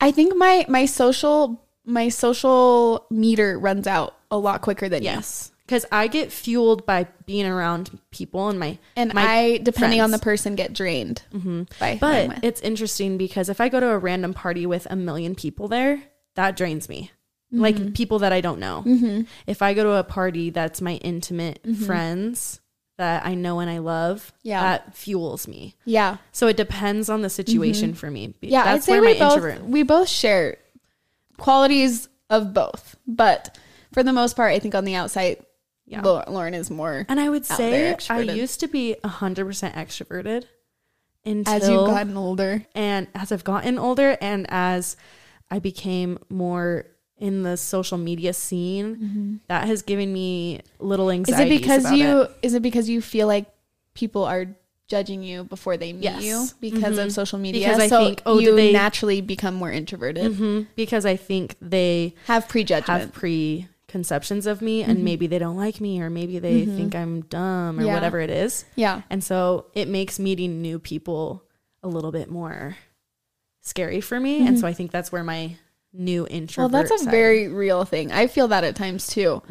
Speaker 2: I think my my social my social meter runs out a lot quicker than you.
Speaker 1: Yes, because I get fueled by being around people and my
Speaker 2: And
Speaker 1: my
Speaker 2: I, depending on
Speaker 1: friends. Mm-hmm.
Speaker 2: the person, get drained by who I'm
Speaker 1: But
Speaker 2: with.
Speaker 1: it's interesting because if I go to a random party with a million people there, that drains me.
Speaker 2: Mm-hmm.
Speaker 1: Like people that I don't know. If I go to a party that's my intimate friends that I know and I love,
Speaker 2: Mm-hmm. Yeah.
Speaker 1: that fuels me.
Speaker 2: yeah,
Speaker 1: So it depends on the situation for me. Be-
Speaker 2: Mm-hmm. yeah.
Speaker 1: that's
Speaker 2: I'd say
Speaker 1: where my
Speaker 2: we both
Speaker 1: introvert.
Speaker 2: we both share qualities of both, but for the most part, I think on the outside,
Speaker 1: Yeah.
Speaker 2: Lau- Lauren is more
Speaker 1: And I would
Speaker 2: out
Speaker 1: say
Speaker 2: there
Speaker 1: I
Speaker 2: extroverted.
Speaker 1: used to be hundred percent extroverted until
Speaker 2: as you've gotten older.
Speaker 1: and as I've gotten older and as I became more in the social media scene, that has given me little
Speaker 2: Mm-hmm. Is it
Speaker 1: anxiety.
Speaker 2: because you?
Speaker 1: it.
Speaker 2: Is it because you feel like people are judging you before they meet
Speaker 1: Yes. Mm-hmm.
Speaker 2: you because of social media?
Speaker 1: Because I
Speaker 2: so
Speaker 1: think, oh,
Speaker 2: you
Speaker 1: do they-
Speaker 2: naturally become more introverted,
Speaker 1: Mhm. because I think they
Speaker 2: have
Speaker 1: have
Speaker 2: prejudgment.
Speaker 1: preconceptions of me, and maybe they don't like me, or maybe they think I'm dumb, or
Speaker 2: Mm-hmm. Yeah.
Speaker 1: whatever it is.
Speaker 2: yeah,
Speaker 1: And so it makes meeting new people a little bit more scary for me. And so I think that's where my new
Speaker 2: Mm-hmm. well,
Speaker 1: introvert.
Speaker 2: that's a
Speaker 1: side-
Speaker 2: very real thing. I feel that at times too.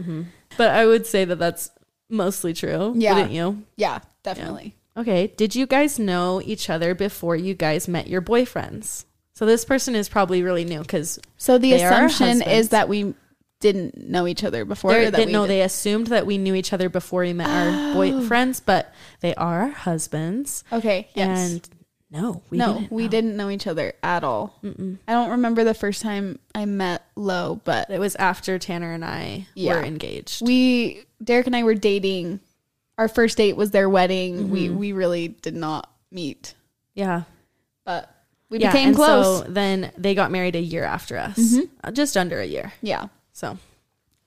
Speaker 1: But I would say that that's mostly true.
Speaker 2: Yeah.
Speaker 1: Wouldn't you?
Speaker 2: Yeah, definitely.
Speaker 1: Okay. Did you guys know each other before you guys met your boyfriends? So this person is probably really new because
Speaker 2: So the
Speaker 1: They are our
Speaker 2: assumption
Speaker 1: husbands.
Speaker 2: is that we didn't know each other before.
Speaker 1: they
Speaker 2: or that
Speaker 1: didn't
Speaker 2: we Oh.
Speaker 1: know
Speaker 2: did-
Speaker 1: they assumed that we knew each other before we met our boyfriends, but they are our husbands.
Speaker 2: Okay. Yes.
Speaker 1: And no, we
Speaker 2: no,
Speaker 1: didn't.
Speaker 2: we didn't know each other at all. I don't remember the first time I met Lo, but
Speaker 1: It was after Tanner and I
Speaker 2: Yeah.
Speaker 1: were engaged.
Speaker 2: we Derek and I were dating. Our first date was their wedding. We we really did not meet,
Speaker 1: yeah.
Speaker 2: but we
Speaker 1: yeah.
Speaker 2: became
Speaker 1: and
Speaker 2: close. Mm-hmm.
Speaker 1: So then they got married a year after us, Uh, just under a year.
Speaker 2: yeah,
Speaker 1: So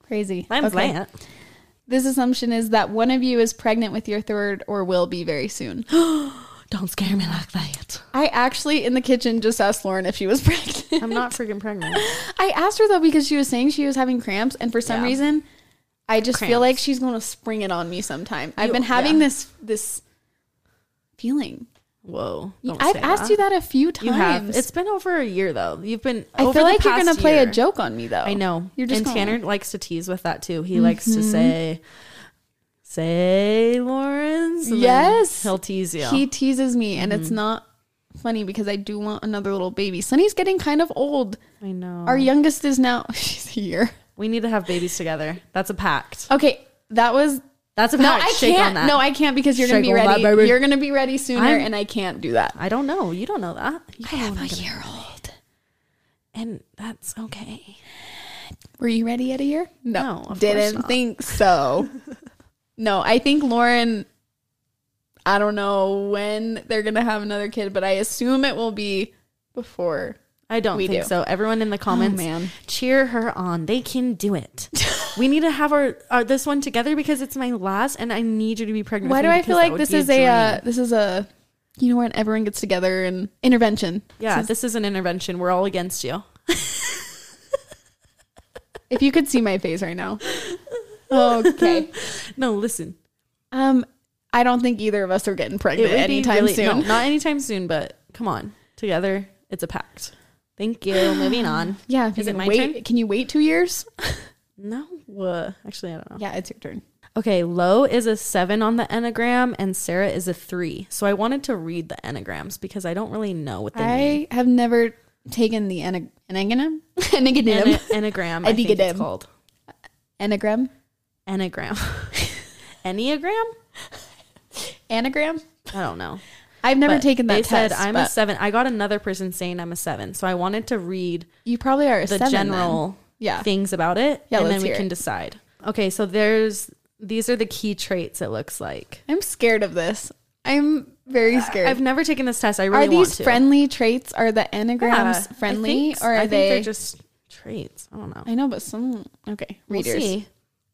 Speaker 2: crazy.
Speaker 1: I'm
Speaker 2: Okay.
Speaker 1: glad.
Speaker 2: This assumption is that one of you is pregnant with your third or will be very soon.
Speaker 1: Don't scare me like that.
Speaker 2: I actually in the kitchen just asked Lauren if she was pregnant.
Speaker 1: I'm not freaking pregnant.
Speaker 2: I asked her though because she was saying she was having cramps, and for some
Speaker 1: Yeah.
Speaker 2: reason, I just feel like
Speaker 1: Cramps.
Speaker 2: she's going to spring it on me sometime. I've
Speaker 1: You-
Speaker 2: been having
Speaker 1: yeah.
Speaker 2: this this feeling.
Speaker 1: Whoa. don't
Speaker 2: I've
Speaker 1: say
Speaker 2: asked
Speaker 1: that.
Speaker 2: you that a few times.
Speaker 1: You have. It's been over a year though. You've been.
Speaker 2: I
Speaker 1: over
Speaker 2: feel
Speaker 1: the
Speaker 2: like you're
Speaker 1: past
Speaker 2: gonna play a
Speaker 1: year.
Speaker 2: joke on me though.
Speaker 1: I know.
Speaker 2: You're just
Speaker 1: and
Speaker 2: gonna- Mm-hmm.
Speaker 1: Tanner likes to tease with that too. He likes to say, "Say, Lawrence." and then
Speaker 2: Yes.
Speaker 1: he'll tease you. Mm-hmm.
Speaker 2: He teases me, and it's not funny because I do want another little baby. Sunny's getting kind of old.
Speaker 1: I know.
Speaker 2: Our youngest is now she's a year.
Speaker 1: we need to have babies together. That's a pact.
Speaker 2: Okay, that was
Speaker 1: That's a
Speaker 2: no,
Speaker 1: pact.
Speaker 2: I
Speaker 1: Shake on
Speaker 2: can't.
Speaker 1: that.
Speaker 2: No, I can't because you're
Speaker 1: Shake
Speaker 2: gonna be
Speaker 1: on that,
Speaker 2: ready.
Speaker 1: baby.
Speaker 2: You're gonna be ready sooner,
Speaker 1: I'm-
Speaker 2: and I can't do that. Oh
Speaker 1: I don't know. You don't know that. You don't know when I'm gonna-
Speaker 2: year old.
Speaker 1: and that's okay.
Speaker 2: Were you ready at a year?
Speaker 1: No, of course
Speaker 2: didn't
Speaker 1: not.
Speaker 2: think so. no, I think Lauren. I don't know when they're gonna have another kid, but I assume it will be before.
Speaker 1: I don't
Speaker 2: We
Speaker 1: think
Speaker 2: do. Oh,
Speaker 1: so. Everyone in the comments,
Speaker 2: man.
Speaker 1: cheer her on. They can do it. we need to have our, our this one together because it's my last, and I need you to be pregnant.
Speaker 2: Why
Speaker 1: with
Speaker 2: do
Speaker 1: me
Speaker 2: I
Speaker 1: because
Speaker 2: feel
Speaker 1: that
Speaker 2: like
Speaker 1: would
Speaker 2: this
Speaker 1: be
Speaker 2: is a
Speaker 1: dream.
Speaker 2: uh, this is a you know when everyone gets together and intervention.
Speaker 1: yeah? This is an intervention. We're all against you.
Speaker 2: If you could see my face right now. Okay.
Speaker 1: No, listen.
Speaker 2: Um, I don't think either of us are getting
Speaker 1: It
Speaker 2: pregnant
Speaker 1: would
Speaker 2: anytime
Speaker 1: be really,
Speaker 2: soon.
Speaker 1: No, not anytime soon, but come on, together. It's a pact. Thank you. Moving on.
Speaker 2: Yeah, if
Speaker 1: Is
Speaker 2: you
Speaker 1: it
Speaker 2: can
Speaker 1: my
Speaker 2: wait,
Speaker 1: turn?
Speaker 2: Can you wait two years?
Speaker 1: No, uh, actually, I don't know.
Speaker 2: yeah, it's your turn.
Speaker 1: Okay, low is a seven on the enneagram, and Sarah is a three. So I wanted to read the enneagrams because I don't really know what they mean.
Speaker 2: I have never taken the enag- enneagram.
Speaker 1: Enne-
Speaker 2: enneagram.
Speaker 1: enneagram, I think it's
Speaker 2: Enneagram.
Speaker 1: called
Speaker 2: Enneagram.
Speaker 1: enneagram, enneagram.
Speaker 2: Anagram.
Speaker 1: I don't know.
Speaker 2: I've never
Speaker 1: But
Speaker 2: taken that
Speaker 1: They
Speaker 2: test.
Speaker 1: said I'm a
Speaker 2: but
Speaker 1: seven. I got another person saying I'm a seven, so I wanted to read
Speaker 2: you probably are a
Speaker 1: the
Speaker 2: seven. then.
Speaker 1: general
Speaker 2: Yeah.
Speaker 1: things about it,
Speaker 2: Yeah,
Speaker 1: and
Speaker 2: let's
Speaker 1: then we
Speaker 2: hear
Speaker 1: can
Speaker 2: it.
Speaker 1: decide. Okay, so there's these are the key traits. It looks like
Speaker 2: I'm scared of this. I'm very scared.
Speaker 1: I've never taken this test. I really
Speaker 2: are
Speaker 1: want
Speaker 2: these
Speaker 1: to.
Speaker 2: friendly traits? Are the
Speaker 1: Yeah,
Speaker 2: anagrams
Speaker 1: I
Speaker 2: friendly,
Speaker 1: think-
Speaker 2: or are
Speaker 1: I think
Speaker 2: they?
Speaker 1: they're just traits? I don't know.
Speaker 2: I know, but some okay. Readers.
Speaker 1: We'll see.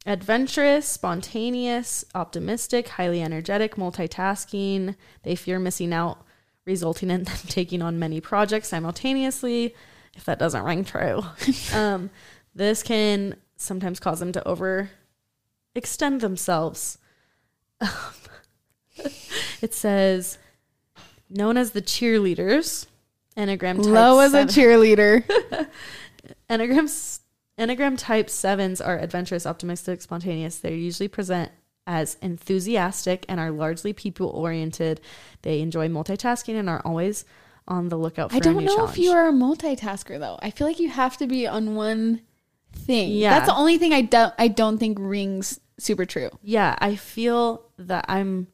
Speaker 1: Adventurous, spontaneous, optimistic, highly energetic, multitasking. They fear missing out, resulting in them taking on many projects simultaneously. If that doesn't ring true, um, this can sometimes cause them to overextend themselves. it says, known as the cheerleaders, Enneagram type
Speaker 2: Low as
Speaker 1: seven.
Speaker 2: a cheerleader.
Speaker 1: Enneagrams, Enneagram type sevens are adventurous, optimistic, spontaneous. They're usually present as enthusiastic and are largely people oriented. They enjoy multitasking and are always on the lookout for
Speaker 2: I
Speaker 1: a
Speaker 2: don't
Speaker 1: new
Speaker 2: know
Speaker 1: challenge.
Speaker 2: if you are a multitasker though. I feel like you have to be on one thing.
Speaker 1: Yeah.
Speaker 2: That's the only thing I don't I don't think rings super true.
Speaker 1: yeah, I feel that I'm.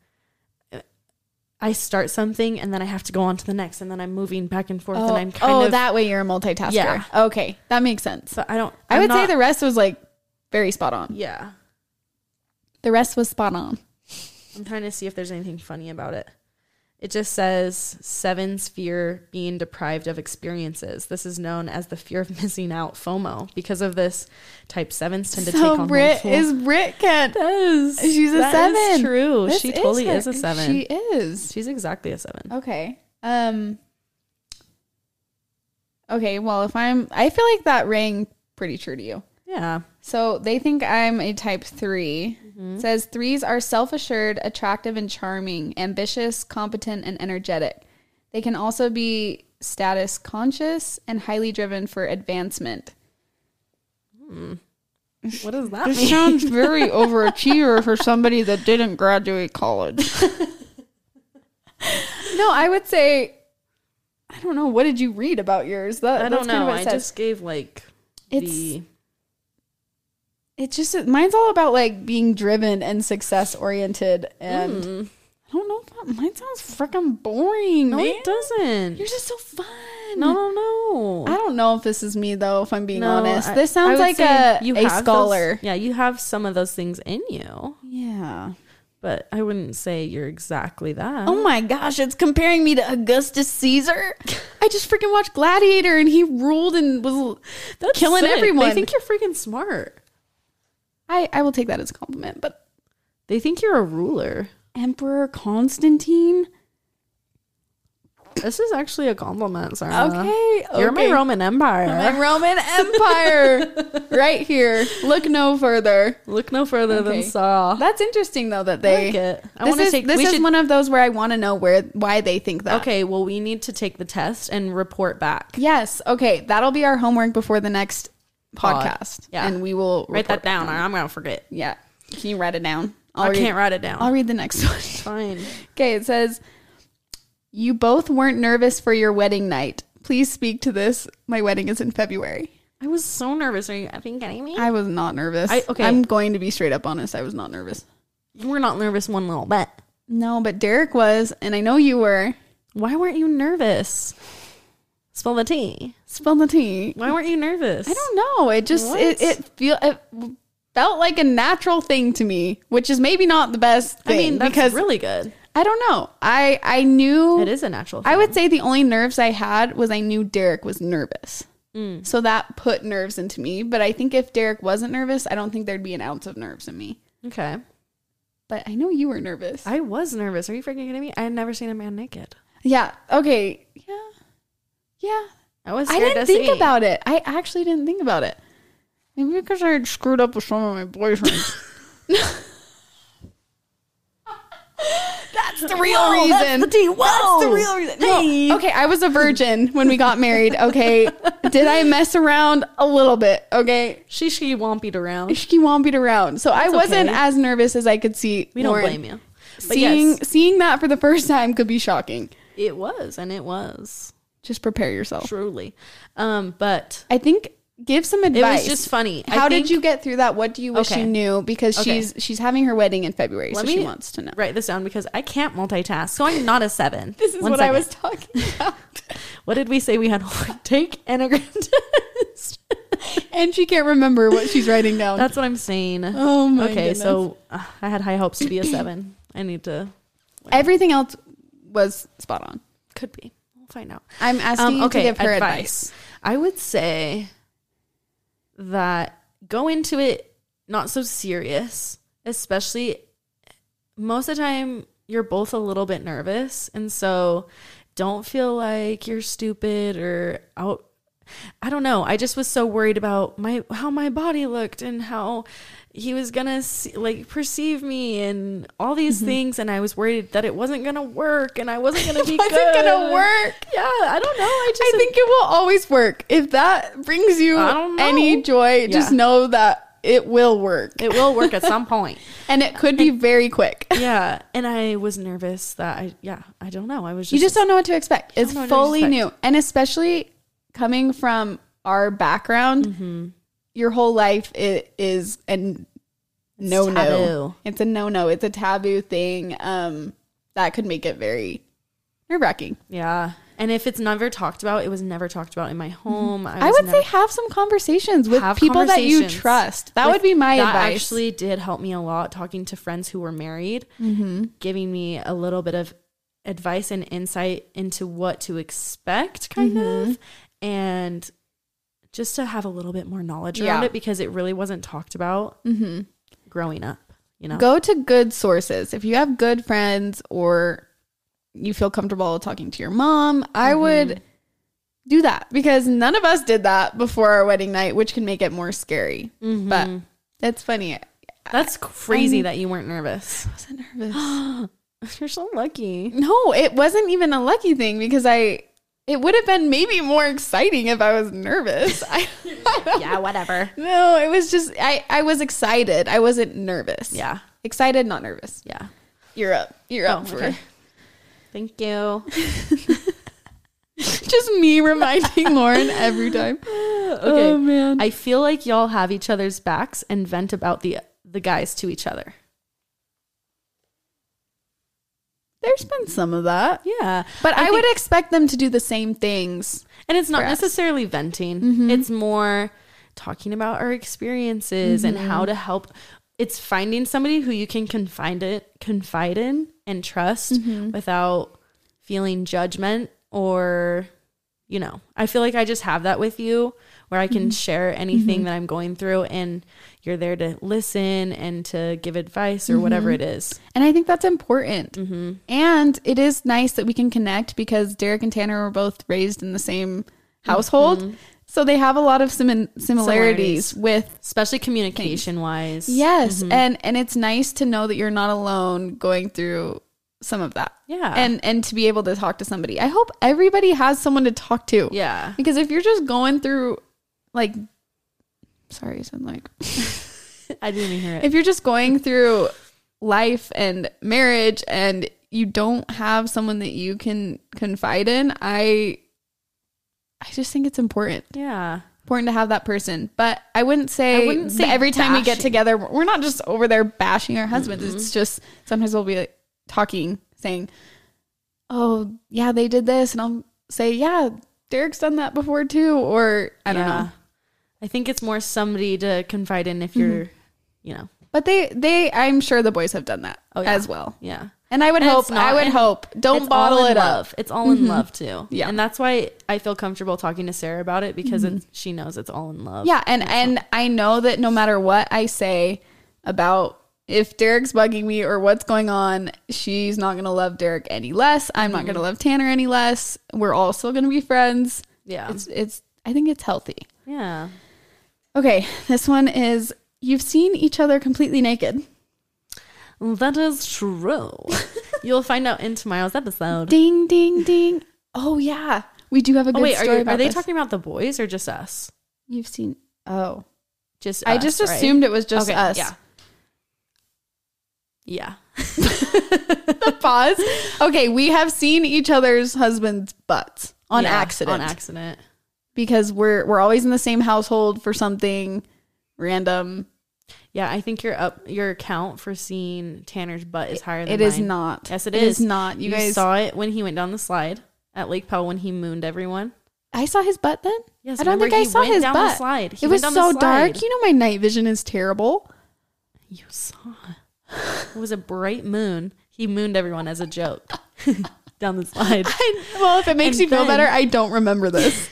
Speaker 1: I start something and then I have to go on to the next, and then I'm moving back and forth, and I'm kind
Speaker 2: oh,
Speaker 1: of.
Speaker 2: that way you're a multitasker.
Speaker 1: Yeah.
Speaker 2: Okay. That makes sense.
Speaker 1: so I don't.
Speaker 2: i
Speaker 1: I'm
Speaker 2: would
Speaker 1: not-
Speaker 2: say the rest was like very spot on.
Speaker 1: Yeah,
Speaker 2: The rest was spot on.
Speaker 1: I'm trying to see if there's anything funny about it. It just says sevens fear being deprived of experiences. This is known as the fear of missing out FOMO. Because of this, type sevens tend to take
Speaker 2: So
Speaker 1: on
Speaker 2: Brit
Speaker 1: Brit
Speaker 2: is Brit Kent.
Speaker 1: is
Speaker 2: She's a
Speaker 1: That is
Speaker 2: seven.
Speaker 1: true.
Speaker 2: This
Speaker 1: she totally
Speaker 2: her-
Speaker 1: is a seven.
Speaker 2: She Oh. is.
Speaker 1: She's exactly a seven.
Speaker 2: Okay. Um Okay, well if I'm I feel like that rang pretty true to you.
Speaker 1: Yeah.
Speaker 2: So they think I'm a type 3 It says threes are self assured, attractive, and charming, ambitious, competent, and energetic. They can also be status conscious and highly driven for advancement.
Speaker 1: What does that
Speaker 4: This
Speaker 1: mean?
Speaker 4: sounds very overachiever for somebody that didn't graduate college.
Speaker 2: No, I would say, I don't know. What did you read about yours? That,
Speaker 1: I don't
Speaker 2: that's kind of
Speaker 1: know.
Speaker 2: what it
Speaker 1: I
Speaker 2: says.
Speaker 1: just gave like
Speaker 2: It's-
Speaker 1: the
Speaker 2: it's just mine's all about like being driven and success oriented, and I don't know. If that, mine sounds freaking boring.
Speaker 1: Mm. No,
Speaker 2: man.
Speaker 1: it doesn't.
Speaker 2: Yours is so fun.
Speaker 1: No, no, no.
Speaker 2: I don't know if this is me though. If I'm being
Speaker 1: No,
Speaker 2: honest,
Speaker 1: I-
Speaker 2: this
Speaker 1: I
Speaker 2: sounds
Speaker 1: would
Speaker 2: like
Speaker 1: say
Speaker 2: a
Speaker 1: you
Speaker 2: a
Speaker 1: have those-
Speaker 2: scholar.
Speaker 1: yeah, you have some of those things in you.
Speaker 2: Yeah.
Speaker 1: but I wouldn't say you're exactly that.
Speaker 2: Oh my gosh, it's comparing me to Augustus Caesar. I just freaking watched Gladiator, and he ruled and was
Speaker 1: That's
Speaker 2: killing
Speaker 1: sick.
Speaker 2: everyone.
Speaker 1: They think you're freaking smart.
Speaker 2: I I will take that as a compliment. But
Speaker 1: They think you're a ruler.
Speaker 2: Emperor Constantine.
Speaker 1: This is actually a compliment, Sarah.
Speaker 2: Okay,
Speaker 1: You're my
Speaker 2: okay.
Speaker 1: Roman Empire.
Speaker 2: My Roman Empire, right here. Look no further.
Speaker 1: Look no further than
Speaker 2: Okay.
Speaker 1: Sarah.
Speaker 2: That's interesting though that
Speaker 1: I
Speaker 2: they.
Speaker 1: like it. I
Speaker 2: this
Speaker 1: want to
Speaker 2: is,
Speaker 1: take.
Speaker 2: this
Speaker 1: we
Speaker 2: is
Speaker 1: should,
Speaker 2: one of those where I want to know where why they think that.
Speaker 1: okay. Well, we need to take the test and report back.
Speaker 2: Yes. Okay. That'll be our homework before the next
Speaker 1: Pod.
Speaker 2: podcast.
Speaker 1: Yeah.
Speaker 2: And we will
Speaker 1: Write that
Speaker 2: report
Speaker 1: down, or
Speaker 2: back.
Speaker 1: I'm gonna forget.
Speaker 2: Yeah. Can you write it down?
Speaker 1: I'll I can not write it down.
Speaker 2: I'll read the next one.
Speaker 1: Fine.
Speaker 2: okay. It says You both weren't nervous for your wedding night. Please speak to this. My wedding is in February.
Speaker 1: I was so nervous. Are you effing kidding me?
Speaker 2: I was not nervous.
Speaker 1: I- okay.
Speaker 2: I'm going to be straight up honest. I was not nervous.
Speaker 1: you were not nervous one little bit.
Speaker 2: No, but Derek was, and I know you were.
Speaker 1: Why weren't you nervous? Spell the T.
Speaker 2: Spill the tea.
Speaker 1: Why weren't you nervous?
Speaker 2: I don't know. It just it
Speaker 1: What?
Speaker 2: it feel it felt like a natural thing to me, which is maybe not the best
Speaker 1: I
Speaker 2: thing
Speaker 1: mean, that's
Speaker 2: because
Speaker 1: really good.
Speaker 2: I don't know. I I knew
Speaker 1: It is a natural.
Speaker 2: I
Speaker 1: thing.
Speaker 2: would say the only nerves I had was I knew Derek was nervous.
Speaker 1: Mm.
Speaker 2: So that put nerves into me, but I think if Derek wasn't nervous, I don't think there'd be an ounce of nerves in me.
Speaker 1: Okay.
Speaker 2: But I know you were nervous.
Speaker 1: I was nervous. Are you freaking kidding me? I had never seen a man naked.
Speaker 2: yeah. Okay. Yeah. Yeah.
Speaker 1: I was.
Speaker 2: I
Speaker 1: scared
Speaker 2: didn't
Speaker 1: to
Speaker 2: think
Speaker 1: see.
Speaker 2: about it. I actually didn't think about it.
Speaker 4: Maybe because I had screwed up with some of my boyfriends.
Speaker 2: That's the real reason.
Speaker 1: The T. Whoa. That's the real reason. Hey.
Speaker 2: Okay, I was a virgin when we got married. Okay, did I mess around a little bit? Okay,
Speaker 1: She she wompied around.
Speaker 2: she wompied around, so I wasn't
Speaker 1: okay.
Speaker 2: as nervous as I could see.
Speaker 1: We don't
Speaker 2: Lauren.
Speaker 1: blame you. But
Speaker 2: Seeing
Speaker 1: yes,
Speaker 2: seeing that for the first time could be shocking.
Speaker 1: it was and it was
Speaker 2: Just prepare yourself.
Speaker 1: truly. Um, but
Speaker 2: I think give some
Speaker 1: it
Speaker 2: advice.
Speaker 1: was just funny. I
Speaker 2: How did
Speaker 1: think-
Speaker 2: you get through that? What do you wish
Speaker 1: Okay.
Speaker 2: you knew? Because
Speaker 1: Okay.
Speaker 2: she's she's having her wedding in February,
Speaker 1: Let
Speaker 2: so she
Speaker 1: me
Speaker 2: wants to know.
Speaker 1: Write this down because I can't multitask. So I'm not a seven.
Speaker 2: This is
Speaker 1: One
Speaker 2: what I
Speaker 1: second.
Speaker 2: was talking about,
Speaker 1: What did we say we had homework? Take anagram test.
Speaker 2: and she can't remember what she's writing down.
Speaker 1: That's what I'm saying.
Speaker 2: Oh my
Speaker 1: okay, so uh, I had high hopes to be a seven. I need to.
Speaker 2: everything else was spot on.
Speaker 1: Could be. We'll find out.
Speaker 2: I'm asking
Speaker 1: Um,
Speaker 2: you to give her advice.
Speaker 1: I would say that go into it not so serious, especially most of the time you're both a little bit nervous. And so don't feel like you're stupid or out. I don't know. I just was so worried about my how my body looked and how he was gonna see, like perceive me and all these
Speaker 2: Mm-hmm.
Speaker 1: things, and I was worried that it wasn't gonna work and I wasn't gonna be
Speaker 2: It wasn't
Speaker 1: good.
Speaker 2: gonna work.
Speaker 1: Yeah, I don't know. I
Speaker 2: I
Speaker 1: just
Speaker 2: think it will always work. If that brings you
Speaker 1: I don't know.
Speaker 2: any joy, just
Speaker 1: Yeah.
Speaker 2: know that it will work.
Speaker 1: it will work at some point.
Speaker 2: and it could be very quick.
Speaker 1: Yeah, and I was nervous that I yeah I don't know. I was just,
Speaker 2: You just don't know what to expect.
Speaker 1: don't
Speaker 2: It's
Speaker 1: know what to
Speaker 2: fully
Speaker 1: expect.
Speaker 2: new. And especially coming from our background,
Speaker 1: Mm-hmm.
Speaker 2: your whole life it is and no
Speaker 1: taboo.
Speaker 2: no. It's a no no. It's a taboo thing. Um that could make it very nerve wracking.
Speaker 1: yeah. And if it's never talked about, it was never talked about in my home.
Speaker 2: I,
Speaker 1: was
Speaker 2: would
Speaker 1: never-
Speaker 2: say have some conversations with
Speaker 1: Have
Speaker 2: people that
Speaker 1: conversations
Speaker 2: you trust. That would be my
Speaker 1: that
Speaker 2: advice.
Speaker 1: actually did help me a lot talking to friends who were married,
Speaker 2: Mm-hmm.
Speaker 1: giving me a little bit of advice and insight into what to expect, kind
Speaker 2: Mm-hmm.
Speaker 1: of, and just to have a little bit more knowledge around
Speaker 2: Yeah. Mm-hmm.
Speaker 1: it because it really wasn't talked about growing up. You know,
Speaker 2: Oh. go to good sources. If you have good friends or you feel comfortable talking to your mom,
Speaker 1: Mm-hmm.
Speaker 2: I would do that because none of us did that before our wedding night, which can make it more scary.
Speaker 1: Mm-hmm.
Speaker 2: But that's funny. I
Speaker 1: that's crazy that you weren't nervous.
Speaker 2: wasn't nervous.
Speaker 1: You're so lucky.
Speaker 2: no, it wasn't even a lucky thing because I. It would have been maybe more exciting if I was nervous. I, I don't
Speaker 1: Yeah, whatever.
Speaker 2: No, it was just I. I was excited. I wasn't nervous.
Speaker 1: Yeah,
Speaker 2: excited, not nervous.
Speaker 1: yeah.
Speaker 2: You're up. You're
Speaker 1: Oh,
Speaker 2: up for
Speaker 1: okay. Thank you.
Speaker 2: just me reminding Lauren every time.
Speaker 1: Okay.
Speaker 2: Oh man.
Speaker 1: I feel like y'all have each other's backs and vent about the the guys to each other.
Speaker 2: There's been some of that.
Speaker 1: Yeah.
Speaker 2: But I, would expect them to do the same things.
Speaker 1: And it's not
Speaker 2: for us.
Speaker 1: necessarily venting. It's more talking about our experiences and how to help. It's finding somebody who you can confide it confide in and trust without feeling judgment or you know. I feel like I just have that with you where I can share anything that I'm going through and you're there to listen and to give advice or whatever it is.
Speaker 2: And I think that's important. And it is nice that we can connect because Derek and Tanner were both raised in the same household. So they have a lot of simin Mm-hmm. similarities, Mm-hmm.
Speaker 1: Similarities.
Speaker 2: with
Speaker 1: Especially communication wise.
Speaker 2: yes, and and it's nice to know that you're not alone going through some of that.
Speaker 1: Yeah.
Speaker 2: And and to be able to talk to somebody. I hope everybody has someone to talk to.
Speaker 1: Yeah.
Speaker 2: Because if you're just going through, like, sorry, I said like,
Speaker 1: I didn't even hear it.
Speaker 2: if you're just going through life and marriage and you don't have someone that you can confide in, I I just think it's important.
Speaker 1: Yeah.
Speaker 2: Important to have that person. But I wouldn't say,
Speaker 1: I wouldn't say
Speaker 2: that every time we get
Speaker 1: bashing. Mm-hmm.
Speaker 2: together, we're not just over there bashing our husbands. It's just sometimes we'll be like, talking, saying, Oh, yeah, they did this and I'll say, Yeah, Derek's done that before too or I don't
Speaker 1: yeah.
Speaker 2: know.
Speaker 1: I think it's more somebody to confide in if you're,
Speaker 2: Mm-hmm.
Speaker 1: you know,
Speaker 2: But they they I'm sure the boys have done that
Speaker 1: Oh, yeah.
Speaker 2: as well.
Speaker 1: yeah.
Speaker 2: And I would
Speaker 1: And
Speaker 2: hope
Speaker 1: it's not-
Speaker 2: I would
Speaker 1: and
Speaker 2: hope. Don't
Speaker 1: It's
Speaker 2: bottle
Speaker 1: all in
Speaker 2: it up.
Speaker 1: love. It's all in love too.
Speaker 2: Mm-hmm. Yeah. Mm-hmm.
Speaker 1: And that's why I feel comfortable talking to Sarah about it because it's, she knows it's all in love.
Speaker 2: Yeah, and and I know that no matter what I say about if Derek's bugging me or what's going on, she's not gonna love Derek any less. I'm not
Speaker 1: Mm-hmm.
Speaker 2: gonna love Tanner any less. We're all still gonna be friends.
Speaker 1: Yeah.
Speaker 2: It's it's I think it's healthy.
Speaker 1: yeah.
Speaker 2: Okay, this one is you've seen each other completely naked.
Speaker 1: That is true. You'll find out in tomorrow's episode.
Speaker 2: Ding ding ding. Oh yeah. We do have a good
Speaker 1: Oh wait, are,
Speaker 2: story
Speaker 1: you,
Speaker 2: about
Speaker 1: are they
Speaker 2: this.
Speaker 1: talking about the boys or just us?
Speaker 2: You've seen Oh.
Speaker 1: Just
Speaker 2: I
Speaker 1: us,
Speaker 2: just
Speaker 1: right?
Speaker 2: assumed it was just
Speaker 1: Okay,
Speaker 2: us.
Speaker 1: Yeah. Yeah.
Speaker 2: Pause. Okay, we have seen each other's husbands' butts on
Speaker 1: Yeah, On
Speaker 2: accident.
Speaker 1: accident.
Speaker 2: because we're we're always in the same household for something random.
Speaker 1: Yeah, I think your up your count for seeing Tanner's butt is higher than
Speaker 2: It is
Speaker 1: mine.
Speaker 2: not.
Speaker 1: Yes, it
Speaker 2: It is
Speaker 1: is.
Speaker 2: not. You guys-
Speaker 1: saw it when he went down the slide at Lake Powell when he mooned everyone.
Speaker 2: I saw his butt then.
Speaker 1: Yes,
Speaker 2: I don't
Speaker 1: remember
Speaker 2: think I
Speaker 1: he
Speaker 2: saw
Speaker 1: went
Speaker 2: his
Speaker 1: down the
Speaker 2: butt.
Speaker 1: slide. He
Speaker 2: It
Speaker 1: went
Speaker 2: was
Speaker 1: down the slide.
Speaker 2: so dark. You know my night vision is terrible.
Speaker 1: You saw. It was a bright moon. He mooned everyone as a joke down the slide.
Speaker 2: well, if it makes
Speaker 1: And
Speaker 2: you feel
Speaker 1: then-
Speaker 2: better, I don't remember this.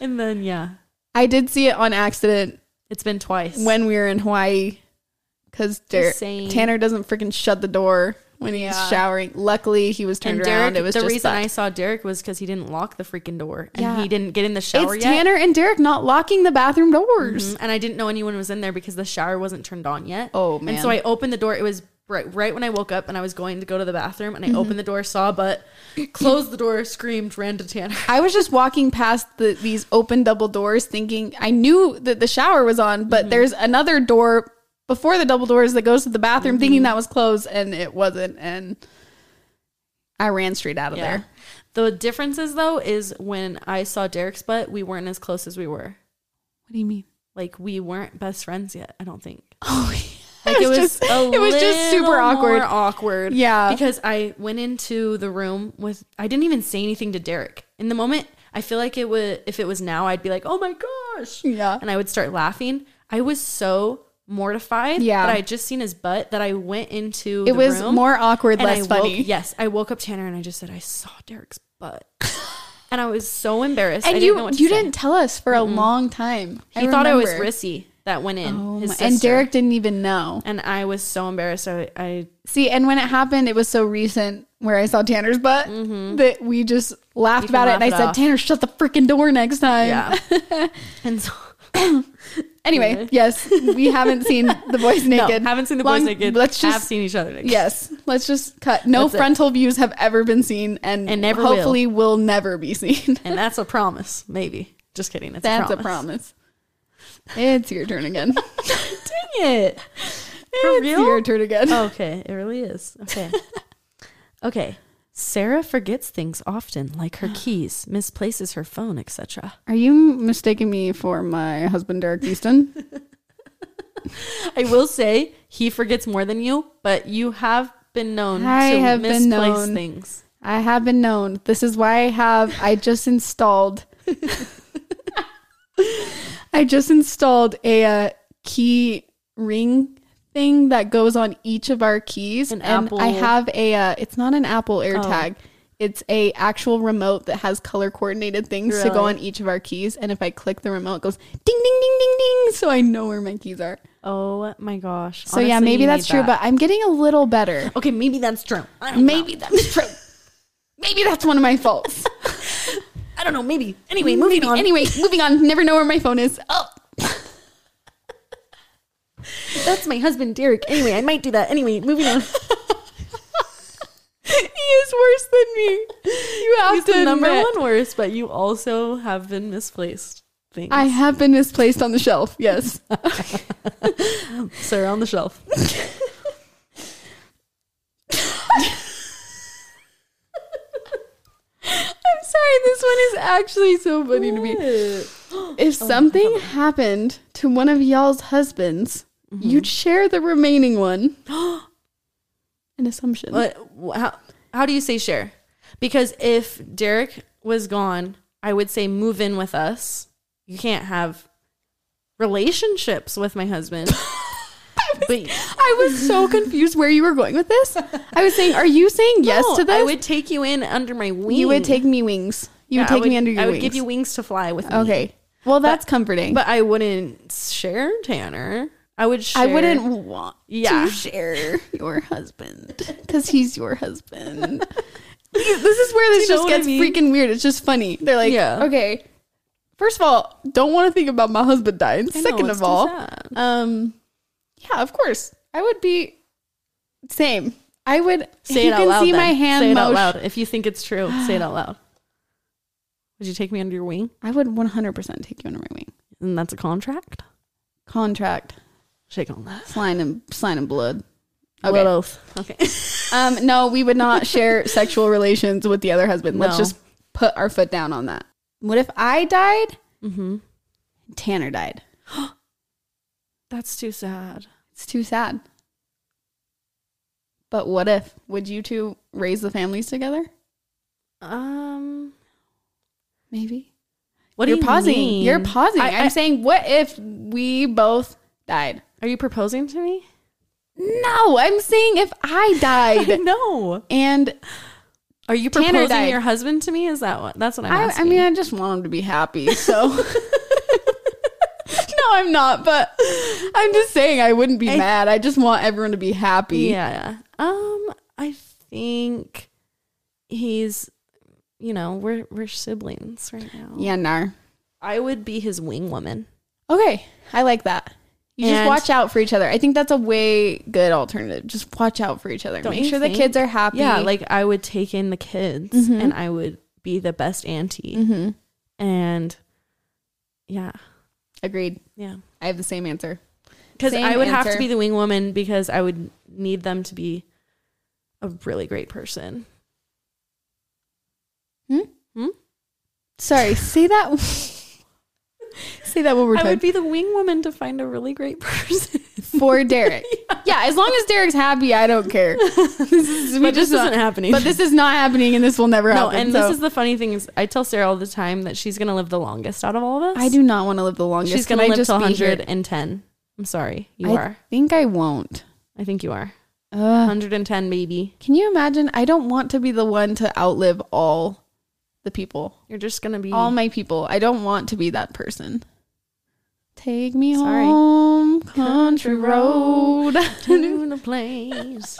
Speaker 1: And then yeah,
Speaker 2: I did see it on accident
Speaker 1: it's been twice.
Speaker 2: when we were in Hawaii because
Speaker 1: same.
Speaker 2: Tanner doesn't freaking shut the door when he's
Speaker 1: Yeah.
Speaker 2: showering. Luckily, he was turned
Speaker 1: and
Speaker 2: around.
Speaker 1: Derek,
Speaker 2: it was
Speaker 1: the
Speaker 2: just
Speaker 1: reason
Speaker 2: butt.
Speaker 1: I saw Derek was because he didn't lock the freaking door and
Speaker 2: Yeah.
Speaker 1: he didn't get in the shower
Speaker 2: It's
Speaker 1: yet.
Speaker 2: Tanner and Derek not locking the bathroom doors.
Speaker 1: and I didn't know anyone was in there because the shower wasn't turned on yet.
Speaker 2: Mm-hmm. Oh,
Speaker 1: And
Speaker 2: man.
Speaker 1: so I opened the door. It was right right when I woke up and I was going to go to the bathroom and I
Speaker 2: Mm-hmm.
Speaker 1: opened the door, saw but closed the door, screamed, ran to Tanner.
Speaker 2: I was just walking past the, these open double doors thinking I knew that the shower was on,
Speaker 1: Mm-hmm.
Speaker 2: but there's another door before the double doors that goes to the bathroom thinking
Speaker 1: Mm-hmm.
Speaker 2: that was closed and it wasn't. And I ran straight out of
Speaker 1: Yeah.
Speaker 2: there.
Speaker 1: The difference is though is when I saw Derek's butt, we weren't as close as we were.
Speaker 2: What do you mean?
Speaker 1: Like we weren't best friends yet. I don't think.
Speaker 2: Oh,
Speaker 1: Like it was, a
Speaker 2: it was just
Speaker 1: little
Speaker 2: super awkward.
Speaker 1: more awkward.
Speaker 2: Yeah.
Speaker 1: because I went into the room with I didn't even say anything to Derek in the moment. I feel like it would if it was now I'd be like, oh my gosh,
Speaker 2: Yeah.
Speaker 1: and I would start laughing. I was so mortified
Speaker 2: Yeah.
Speaker 1: that I had just seen his butt that I went into
Speaker 2: It
Speaker 1: the
Speaker 2: was
Speaker 1: room
Speaker 2: more awkward,
Speaker 1: and I
Speaker 2: less
Speaker 1: woke,
Speaker 2: funny.
Speaker 1: Yes, I woke up Tanner and I just said I saw Derek's butt, and I was so embarrassed. I
Speaker 2: And
Speaker 1: didn't know
Speaker 2: you
Speaker 1: what to
Speaker 2: you
Speaker 1: say.
Speaker 2: didn't tell us for a long time.
Speaker 1: He thought it was
Speaker 2: remember.
Speaker 1: Rissy that went in.
Speaker 2: Oh
Speaker 1: his
Speaker 2: my- and
Speaker 1: sister.
Speaker 2: Derek didn't even know.
Speaker 1: and I was so embarrassed. I, I
Speaker 2: See, and when it happened, it was so recent where I saw Tanner's butt that we just laughed
Speaker 1: Mm-hmm. can
Speaker 2: about it. And
Speaker 1: laugh
Speaker 2: I
Speaker 1: it
Speaker 2: said,
Speaker 1: off.
Speaker 2: Tanner, shut the freaking door next time.
Speaker 1: yeah, and so
Speaker 2: Anyway, yes, we haven't seen the boys naked.
Speaker 1: No, haven't seen the boys
Speaker 2: Long-
Speaker 1: naked.
Speaker 2: Let's
Speaker 1: have
Speaker 2: just
Speaker 1: seen each other naked.
Speaker 2: yes, let's just cut. No
Speaker 1: That's it.
Speaker 2: frontal views have ever been seen, and,
Speaker 1: And never
Speaker 2: hopefully will. never be seen.
Speaker 1: and that's a promise. Maybe. Just kidding. It's
Speaker 2: That's
Speaker 1: a promise.
Speaker 2: a promise. It's your turn again.
Speaker 1: Dang it! For
Speaker 2: it's your
Speaker 1: real?
Speaker 2: turn again.
Speaker 1: Oh, Okay, it really is. Okay. okay. Sarah forgets things often, like her keys, misplaces her phone, etc.
Speaker 2: Are you mistaking me for my husband, Derek Easton?
Speaker 1: I will say he forgets more than you, but you have been known
Speaker 2: I
Speaker 1: to
Speaker 2: have
Speaker 1: misplace
Speaker 2: been known.
Speaker 1: things.
Speaker 2: I have been known. This is why I have. I just installed. I just installed a uh, key ring thing that goes on each of our keys,
Speaker 1: An
Speaker 2: and
Speaker 1: Apple- Oh.
Speaker 2: I have a. Uh, it's not an Apple AirTag. It's a actual remote that has color coordinated things to go
Speaker 1: Really?
Speaker 2: on each of our keys, and if I click the remote, it goes ding ding ding ding ding, so I know where my keys are.
Speaker 1: Oh my gosh.
Speaker 2: So yeah, maybe that's true, but I'm getting a little better.
Speaker 1: but okay, maybe that's true. I don't
Speaker 2: Maybe that's true. Maybe that's one of my faults.
Speaker 1: I don't know. Maybe. Anyway, moving on.
Speaker 2: Anyway, moving on. Never know where my phone is. Oh,
Speaker 1: That's my husband, Derek. Anyway, I might do that. Anyway, moving on.
Speaker 2: he is worse than me. You have
Speaker 1: He's
Speaker 2: to
Speaker 1: the number
Speaker 2: admit.
Speaker 1: one worst, but you also have been misplaced things.
Speaker 2: I have been misplaced on the shelf. Yes.
Speaker 1: Sarah on the shelf.
Speaker 2: sorry. This one is actually so funny to me.
Speaker 1: Oh,
Speaker 2: If something happened to one of y'all's husbands,
Speaker 1: Mm-hmm.
Speaker 2: you'd share the remaining one. An assumption.
Speaker 1: But wh- how, how do you say share? Because if Derek was gone, I would say move in with us. You can't have relationships with my husband. but
Speaker 2: I was so confused where you were going with this. I was saying, are you saying yes
Speaker 1: No,
Speaker 2: to this?
Speaker 1: I would take you in under my wing.
Speaker 2: you would take me wings. You
Speaker 1: Yeah,
Speaker 2: would
Speaker 1: I
Speaker 2: take me under your
Speaker 1: I would
Speaker 2: wings.
Speaker 1: give you wings to fly with me.
Speaker 2: okay. Well, that's comforting.
Speaker 1: But I wouldn't share Tanner. I would share.
Speaker 2: I wouldn't want
Speaker 1: Yeah.
Speaker 2: to share your husband because he's your husband. Because this is where this
Speaker 1: Do you know
Speaker 2: just
Speaker 1: what I
Speaker 2: gets
Speaker 1: mean?
Speaker 2: freaking weird. It's just funny. They're like,
Speaker 1: Yeah.
Speaker 2: okay, first of all, don't want to think about my husband dying.
Speaker 1: I know,
Speaker 2: Second
Speaker 1: it's
Speaker 2: of all,
Speaker 1: too sad.
Speaker 2: um, yeah, of course, I would be same. I would
Speaker 1: Say
Speaker 2: you
Speaker 1: it out
Speaker 2: can
Speaker 1: loud.
Speaker 2: see
Speaker 1: then.
Speaker 2: my hand
Speaker 1: Say it out
Speaker 2: motion.
Speaker 1: loud. If you think it's true, say it out loud. Would you take me under your wing?
Speaker 2: I would 100% take you under my wing.
Speaker 1: And that's a contract.
Speaker 2: Contract,
Speaker 1: Shake on that.
Speaker 2: slime and slime and blood.
Speaker 1: Okay. What else? Okay.
Speaker 2: Um, no, we would not share sexual relations with the other husband. Let's
Speaker 1: No.
Speaker 2: just put our foot down on that. What if I died?
Speaker 1: Mm-hmm.
Speaker 2: Tanner died.
Speaker 1: That's too sad.
Speaker 2: It's too sad. But what if? Would you two raise the families together?
Speaker 1: Um,
Speaker 2: Maybe.
Speaker 1: what
Speaker 2: You're
Speaker 1: do you
Speaker 2: pausing.
Speaker 1: mean?
Speaker 2: You're pausing.
Speaker 1: I-
Speaker 2: I, am
Speaker 1: I-
Speaker 2: saying, what if we both died?
Speaker 1: Are you proposing to me?
Speaker 2: No, I'm saying if I died
Speaker 1: No.
Speaker 2: and
Speaker 1: Are you
Speaker 2: Tanner
Speaker 1: proposing
Speaker 2: died.
Speaker 1: your husband to me? Is that what? That's what I'm
Speaker 2: I, I
Speaker 1: asking.
Speaker 2: mean, I just want him to be happy. So, no, I'm not. But I'm just saying, I wouldn't be mad. I just want everyone to be happy.
Speaker 1: yeah. Um, I think he's. You know, we're we're siblings right now.
Speaker 2: Yeah, nar.
Speaker 1: I would be his wing woman.
Speaker 2: Okay, I like that. You
Speaker 1: And-
Speaker 2: just watch out for each other. I think that's a way good alternative. Just watch out for each other.
Speaker 1: Don't
Speaker 2: Make
Speaker 1: you
Speaker 2: sure
Speaker 1: think?
Speaker 2: the kids are happy.
Speaker 1: Yeah, like I would take in the kids and I would be the best auntie. And yeah,
Speaker 2: agreed.
Speaker 1: yeah.
Speaker 2: I have the same answer.
Speaker 1: Because
Speaker 2: Same
Speaker 1: I would have to
Speaker 2: answer.
Speaker 1: be the wing woman because I would need them to be a really great person.
Speaker 2: Sorry, say that. say that one more
Speaker 1: I
Speaker 2: time
Speaker 1: would be the wing woman to find a really great person.
Speaker 2: for Derek. yeah. as long as Derek's happy, I don't care. this is, we
Speaker 1: but this isn't
Speaker 2: just not-
Speaker 1: happening.
Speaker 2: But this is not happening, and this will never
Speaker 1: no,
Speaker 2: happen.
Speaker 1: and
Speaker 2: so-
Speaker 1: this is the funny thing is I tell Sarah all the time that she's gonna live the longest out of all of us.
Speaker 2: I do not want to live the longest.
Speaker 1: She's gonna
Speaker 2: Can I
Speaker 1: live
Speaker 2: just
Speaker 1: till
Speaker 2: be here?
Speaker 1: 110. I'm sorry, you
Speaker 2: I Uh.
Speaker 1: are.
Speaker 2: think I won't.
Speaker 1: I think you are.
Speaker 2: Ugh.
Speaker 1: 110, baby.
Speaker 2: Can you imagine? I don't want to be the one to outlive all the people,
Speaker 1: You're just gonna be
Speaker 2: all my people. I don't want to be that person. Take me
Speaker 1: Sorry.
Speaker 2: home, country
Speaker 1: Country
Speaker 2: road.
Speaker 1: to the place.